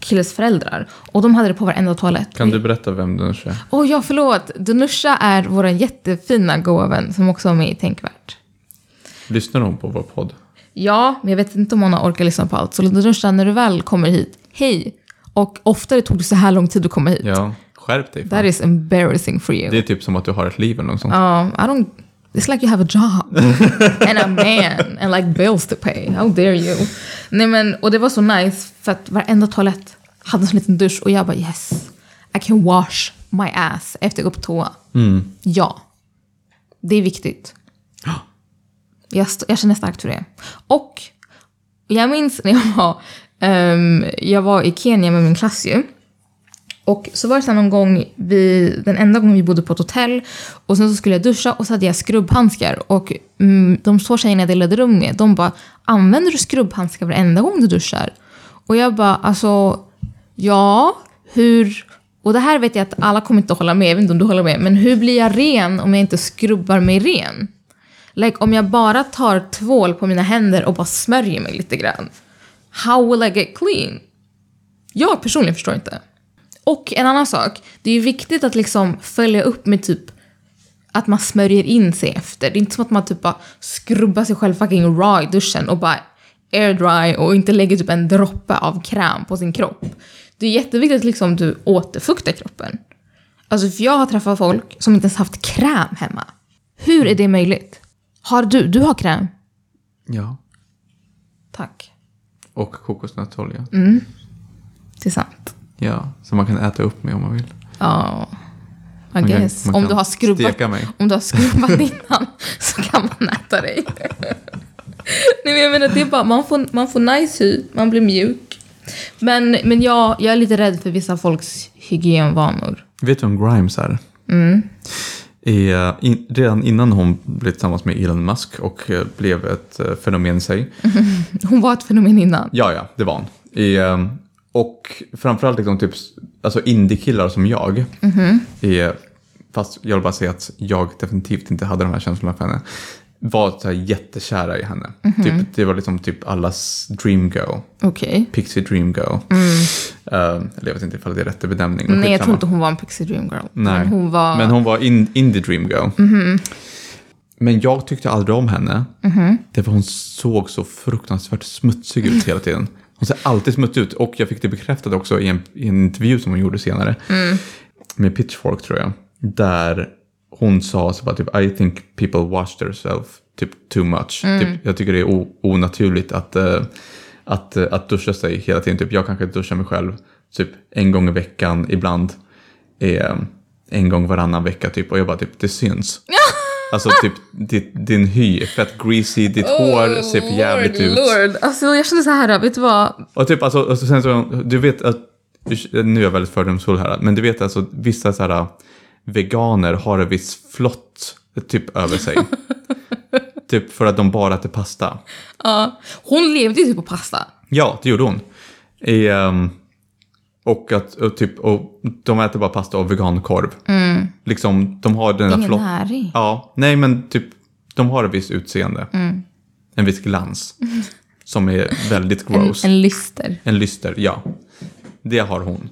[SPEAKER 1] killes föräldrar. Och de hade det på varenda toalett.
[SPEAKER 2] Kan du berätta vem den är?
[SPEAKER 1] Åh ja, förlåt. Dunusha är vår jättefina goa vän som också är med i Tänkvärt.
[SPEAKER 2] Lyssnar hon på vår podd?
[SPEAKER 1] Ja, men jag vet inte om hon har orkat lyssna på allt. Så Dunusha, när du väl kommer hit, hej! Och oftare tog det så här lång tid att komma hit.
[SPEAKER 2] Ja. Skärp dig.
[SPEAKER 1] That
[SPEAKER 2] fan.
[SPEAKER 1] is embarrassing for you.
[SPEAKER 2] Det är typ som att du har ett liv eller något sånt.
[SPEAKER 1] Um, I don't... It's like you have a job. and a man. And like bills to pay. How dare you? Nej men, och det var så nice för att varenda toalett hade en sån liten dusch och jag bara yes. I can wash my ass efter jag går på toa. Ja. Det är viktigt. Jag, st- jag känner starkt för det. Och jag minns när jag var, ehm, jag var i Kenya med min klass ju. Och så var det sen någon gång, vi, den enda gången vi bodde på ett hotell och sen så skulle jag duscha och så hade jag skrubbhandskar och mm, de två tjejerna jag delade rum med, de bara “använder du skrubbhandskar varenda gång du duschar?” Och jag bara alltså, ja, hur... Och det här vet jag att alla kommer inte att hålla med, jag vet inte om du håller med, men hur blir jag ren om jag inte skrubbar mig ren? Like om jag bara tar tvål på mina händer och bara smörjer mig lite grann. How will I get clean? Jag personligen förstår inte. Och en annan sak, det är ju viktigt att liksom följa upp med typ att man smörjer in sig efter. Det är inte som att man typ bara skrubbar sig själv fucking raw i duschen och bara air dry och inte lägger typ en droppe av kräm på sin kropp. Det är jätteviktigt att liksom du återfuktar kroppen. Alltså för jag har träffat folk som inte ens haft kräm hemma. Hur är det möjligt? Har du? Du har kräm?
[SPEAKER 2] Ja.
[SPEAKER 1] Tack.
[SPEAKER 2] Och kokosnötolja.
[SPEAKER 1] Mm. Det är sant.
[SPEAKER 2] Ja, som man kan äta upp med om man vill.
[SPEAKER 1] Ja, I
[SPEAKER 2] kan-
[SPEAKER 1] guess.
[SPEAKER 2] man
[SPEAKER 1] om,
[SPEAKER 2] kan
[SPEAKER 1] du har skrubbat,
[SPEAKER 2] steka mig.
[SPEAKER 1] om du har skrubbat innan så kan man äta dig. Nej, men jag menar, det är bara, man, får, man får nice hy, man blir mjuk. Men, men jag, jag är lite rädd för vissa folks hygienvanor.
[SPEAKER 2] Vet du vem Grimes är?
[SPEAKER 1] Mm.
[SPEAKER 2] Är, in, redan innan hon blev tillsammans med Elon Musk och eh, blev ett eh, fenomen i
[SPEAKER 1] Mm.
[SPEAKER 2] sig.
[SPEAKER 1] Hon var ett fenomen innan.
[SPEAKER 2] Ja, ja, det var hon. I, eh, och framförallt liksom typ, s- alltså indiekillar som jag.
[SPEAKER 1] Mm-hmm.
[SPEAKER 2] I, eh, fast jag vill bara säga att jag definitivt inte hade de här känslorna för henne. Var så här jättekära i henne.
[SPEAKER 1] Mm-hmm.
[SPEAKER 2] Typ, det var liksom typ allas dream girl.
[SPEAKER 1] Okej.
[SPEAKER 2] Pixie dream girl. Eh, eller jag vet inte ifall det är rätt benämning. men
[SPEAKER 1] Nej, Mm. jag tror
[SPEAKER 2] skitsamma.
[SPEAKER 1] inte hon var en pixie dream girl.
[SPEAKER 2] Nej.
[SPEAKER 1] Men hon var...
[SPEAKER 2] Men hon var in, indie dream girl. Men jag tyckte aldrig om henne. Det var hon såg så fruktansvärt smutsig ut hela tiden. Hon ser alltid smutsig ut och jag fick det bekräftat också i en, i en intervju som hon gjorde senare. Med Pitchfork tror jag. Där hon sa så bara typ I think people wash themselves typ too much. Typ, jag tycker det är o- onaturligt att, eh, att, eh, att duscha sig hela tiden. Typ, jag kanske duschar mig själv typ en gång i veckan ibland. Eh, en gång varannan vecka typ och jag bara typ det syns. Alltså typ ditt, din hy är fett greasy, ditt hår ser för jävligt
[SPEAKER 1] Lord,
[SPEAKER 2] ut.
[SPEAKER 1] Lord. Alltså, jag känner så här, vet du vad?
[SPEAKER 2] Och typ alltså, alltså sen så, du vet att, nu är jag väldigt fördomsfull här, men du vet alltså vissa så här veganer har en viss flott typ över sig. typ för att de bara äter pasta.
[SPEAKER 1] Ja. hon levde ju typ på pasta.
[SPEAKER 2] Ja, det gjorde hon. I, ehm, och att och typ, och de äter bara pasta och vegankorv. Liksom, de har den där
[SPEAKER 1] Mm. Ingen
[SPEAKER 2] flott...
[SPEAKER 1] näring.
[SPEAKER 2] Ja, nej men typ, de har ett visst utseende.
[SPEAKER 1] Mm.
[SPEAKER 2] En viss glans. Som är väldigt
[SPEAKER 1] En,
[SPEAKER 2] gross. En,
[SPEAKER 1] en lyster.
[SPEAKER 2] lyster, ja. Det har hon.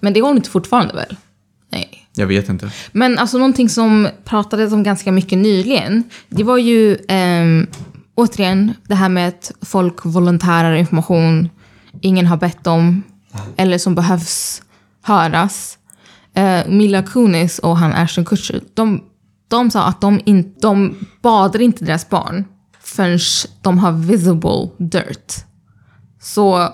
[SPEAKER 1] Men det har hon inte fortfarande väl? Nej.
[SPEAKER 2] Jag vet inte.
[SPEAKER 1] Men alltså någonting som pratades om ganska mycket nyligen, det var ju ehm, återigen det här med att folk volontärar information ingen har bett om eller som behövs höras. Eh, Mila Kunis och han Ashton Kutcher, de, de sa att de, in, de badar inte deras barn förrän de har visible dirt. Så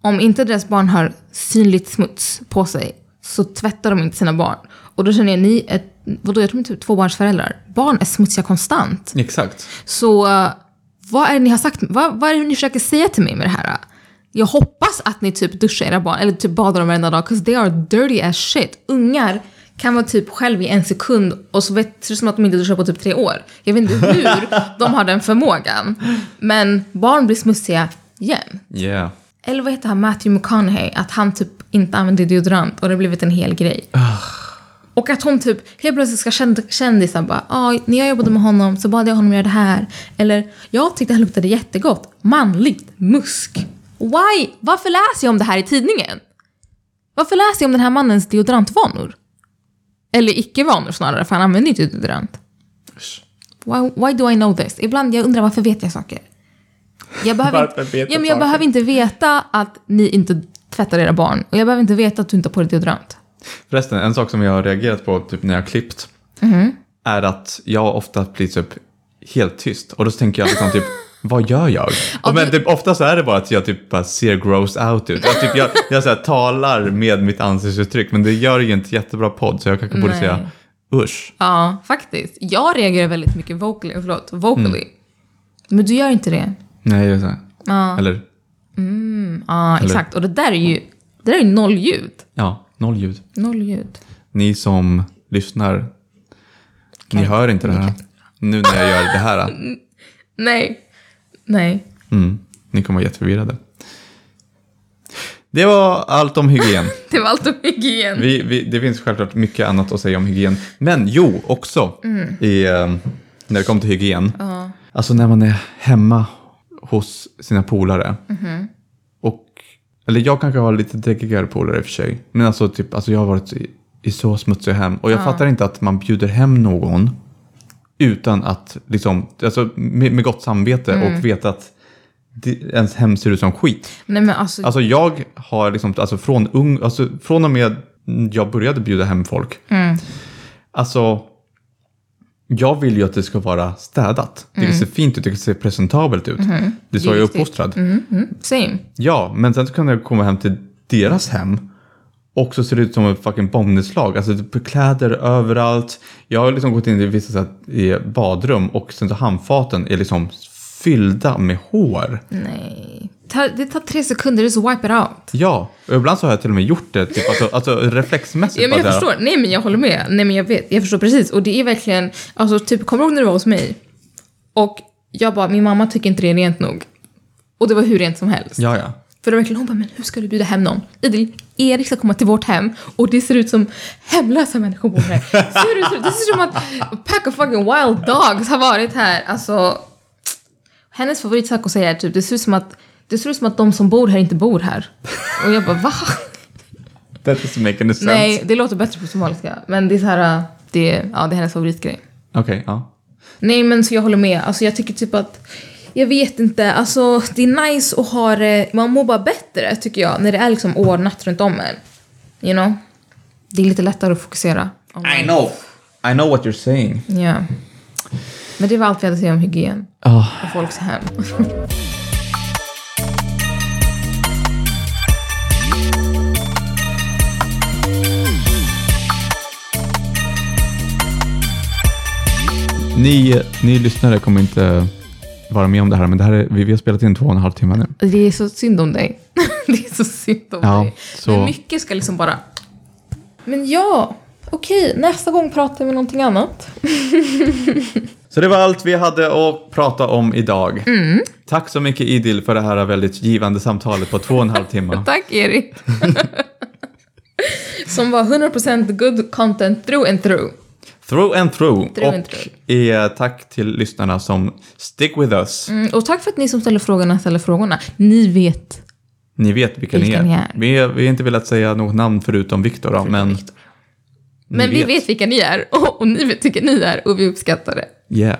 [SPEAKER 1] om inte deras barn har synligt smuts på sig så tvättar de inte sina barn. Och då känner jag, ni är, vadå, jag tror inte typ tvåbarnsföräldrar. Barn är smutsiga konstant.
[SPEAKER 2] Exakt.
[SPEAKER 1] Så eh, vad är det ni har sagt? Vad, vad är det ni försöker säga till mig med det här? Jag hoppas att ni typ duschar era barn eller typ badar dem varenda dag, 'cause they are dirty as shit. Ungar kan vara typ själv i en sekund och så vet ser det som att de inte duschar på typ tre år. Jag vet inte hur de har den förmågan. Men barn blir smutsiga jämt.
[SPEAKER 2] Yeah.
[SPEAKER 1] Eller vad heter han, Matthew McConaughey, att han typ inte använder deodorant och det har blivit en hel grej. Och att hon typ helt plötsligt ska känd, kändisen bara, ja, när jag jobbade med honom så bad jag honom göra det här. Eller, jag tyckte han luktade jättegott. Manligt. Musk. Why? Varför läser jag om det här i tidningen? Varför läser jag om den här mannens deodorantvanor? Eller icke-vanor snarare, för han använder ju inte deodorant. Why, why do I know this? Ibland jag undrar varför vet jag saker? Jag behöver,
[SPEAKER 2] Varför
[SPEAKER 1] inte,
[SPEAKER 2] vet
[SPEAKER 1] ja,
[SPEAKER 2] du
[SPEAKER 1] men jag
[SPEAKER 2] saker?
[SPEAKER 1] behöver inte veta att ni inte tvättar era barn. Och jag behöver inte veta att du inte har på dig deodorant.
[SPEAKER 2] Förresten, en sak som jag har reagerat på typ när jag har klippt är att jag ofta blir typ helt tyst och då tänker jag liksom typ vad gör jag? Och men typ, ofta så är det bara att jag typ bara ser gross out ut. Jag, typ, jag, jag så här, talar med mitt ansiktsuttryck men det gör ju inte jättebra podd så jag kanske borde
[SPEAKER 1] Nej.
[SPEAKER 2] säga usch.
[SPEAKER 1] Ja, faktiskt. Jag reagerar väldigt mycket vocally, eh, förlåt, vocally. Mm. Men du gör inte det.
[SPEAKER 2] Nej, jag så här. Eller
[SPEAKER 1] Ja, exakt. Och det där är ju, det där är ju noll ljud.
[SPEAKER 2] ja, noll ljud.
[SPEAKER 1] Noll ljud.
[SPEAKER 2] Ni som lyssnar, ni hör inte det här. Nu när jag gör det här,
[SPEAKER 1] Nej. Nej.
[SPEAKER 2] mm, ni kommer vara jätteförvirrade. Det var allt om hygien.
[SPEAKER 1] Det var allt om hygien.
[SPEAKER 2] Vi, vi, det finns självklart mycket annat att säga om hygien. Men jo, också i, eh, när det kommer till hygien. Alltså när man är hemma hos sina polare. Och, eller jag kanske har lite dräggigare polare i och för sig. Men alltså, typ, alltså jag har varit i, i så smutsiga hem. Och jag fattar inte att man bjuder hem någon utan att, liksom, alltså, med, med gott samvete och veta att det, ens hem ser ut som skit.
[SPEAKER 1] Nej men alltså,
[SPEAKER 2] Alltså jag har liksom, alltså från ung, alltså från och med jag började bjuda hem folk. Alltså, jag vill ju att det ska vara städat. Det ska se fint ut, det ska se presentabelt ut. Det är så
[SPEAKER 1] Det är
[SPEAKER 2] jag är
[SPEAKER 1] viktigt.
[SPEAKER 2] uppfostrad.
[SPEAKER 1] same.
[SPEAKER 2] Ja, men sen så kan jag komma hem till deras hem och så ser det ut som ett fucking bombnedslag. Alltså det är kläder överallt. Jag har liksom gått in i vissa så här, i badrum och sen så handfaten är liksom fyllda med hår.
[SPEAKER 1] Nej. Ta, det tar tre sekunder, det är så wipe it out.
[SPEAKER 2] Ja, och ibland så har jag till och med gjort det, typ, alltså, alltså reflexmässigt.
[SPEAKER 1] Ja, men jag
[SPEAKER 2] bara så här,
[SPEAKER 1] förstår. Nej men jag håller med. Nej men jag vet. Jag förstår precis. Och det är verkligen, alltså typ kommer du ihåg när du var hos mig? Och jag bara, min mamma tycker inte det är rent nog. Och det var hur rent som helst.
[SPEAKER 2] Ja, ja.
[SPEAKER 1] För det var verkligen, hon bara, men hur ska du bjuda hem någon? Idel, Erik ska komma till vårt hem och det ser ut som hemlösa människor bor här. Ser du, ser du? det ser ut som att pack of fucking wild dogs har varit här. Alltså, hennes favoritsak att säga är typ, det ser ut som att det ser ut som att de som bor här inte bor här. Och jag bara, va?
[SPEAKER 2] That doesn't make any sense.
[SPEAKER 1] Nej, det låter bättre på somaliska. Men det är så här, det, ja, det är hennes favoritgrej.
[SPEAKER 2] Okej, ja.
[SPEAKER 1] Nej men så jag håller med. Alltså jag tycker typ att jag vet inte, alltså det är nice att ha det, man mår bara bättre tycker jag när det är liksom ordnat runt om en. You know? Det är lite lättare att fokusera. om man-
[SPEAKER 2] know. I know what you're saying.
[SPEAKER 1] Ja. Men det var allt vi hade att säga om hygien
[SPEAKER 2] Ja,
[SPEAKER 1] och folks hem.
[SPEAKER 2] Ni, ni lyssnare kommer inte vara med om det här, men det här är, vi, vi har spelat in två och en halv timme nu.
[SPEAKER 1] Det är så synd om dig. det är så synd om
[SPEAKER 2] Ja,
[SPEAKER 1] dig.
[SPEAKER 2] så-
[SPEAKER 1] Men mycket ska liksom bara... Men ja, okej, nästa gång pratar vi någonting annat.
[SPEAKER 2] Så det var allt vi hade att prata om idag.
[SPEAKER 1] Mm.
[SPEAKER 2] Tack så mycket Idil för det här väldigt givande samtalet på två och en halv timme.
[SPEAKER 1] Tack Erik. Som var 100% good content through and through.
[SPEAKER 2] Through and through.
[SPEAKER 1] Through
[SPEAKER 2] och
[SPEAKER 1] and through.
[SPEAKER 2] Eh, tack till lyssnarna som stick with us.
[SPEAKER 1] Mm, och tack för att ni som ställer frågorna ställer frågorna. Ni vet.
[SPEAKER 2] Ni vet vilka,
[SPEAKER 1] Vilka
[SPEAKER 2] ni
[SPEAKER 1] ni
[SPEAKER 2] är.
[SPEAKER 1] är.
[SPEAKER 2] Vi, vi har inte velat säga något namn förutom Viktor, då, men... ni
[SPEAKER 1] Men vi vet vilka ni är och, och ni vet vilka ni är och vi uppskattar det.
[SPEAKER 2] Yeah.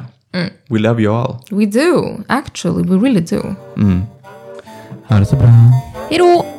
[SPEAKER 2] We love you all.
[SPEAKER 1] We do, actually, we really do.
[SPEAKER 2] Ha det så bra.
[SPEAKER 1] Hej då!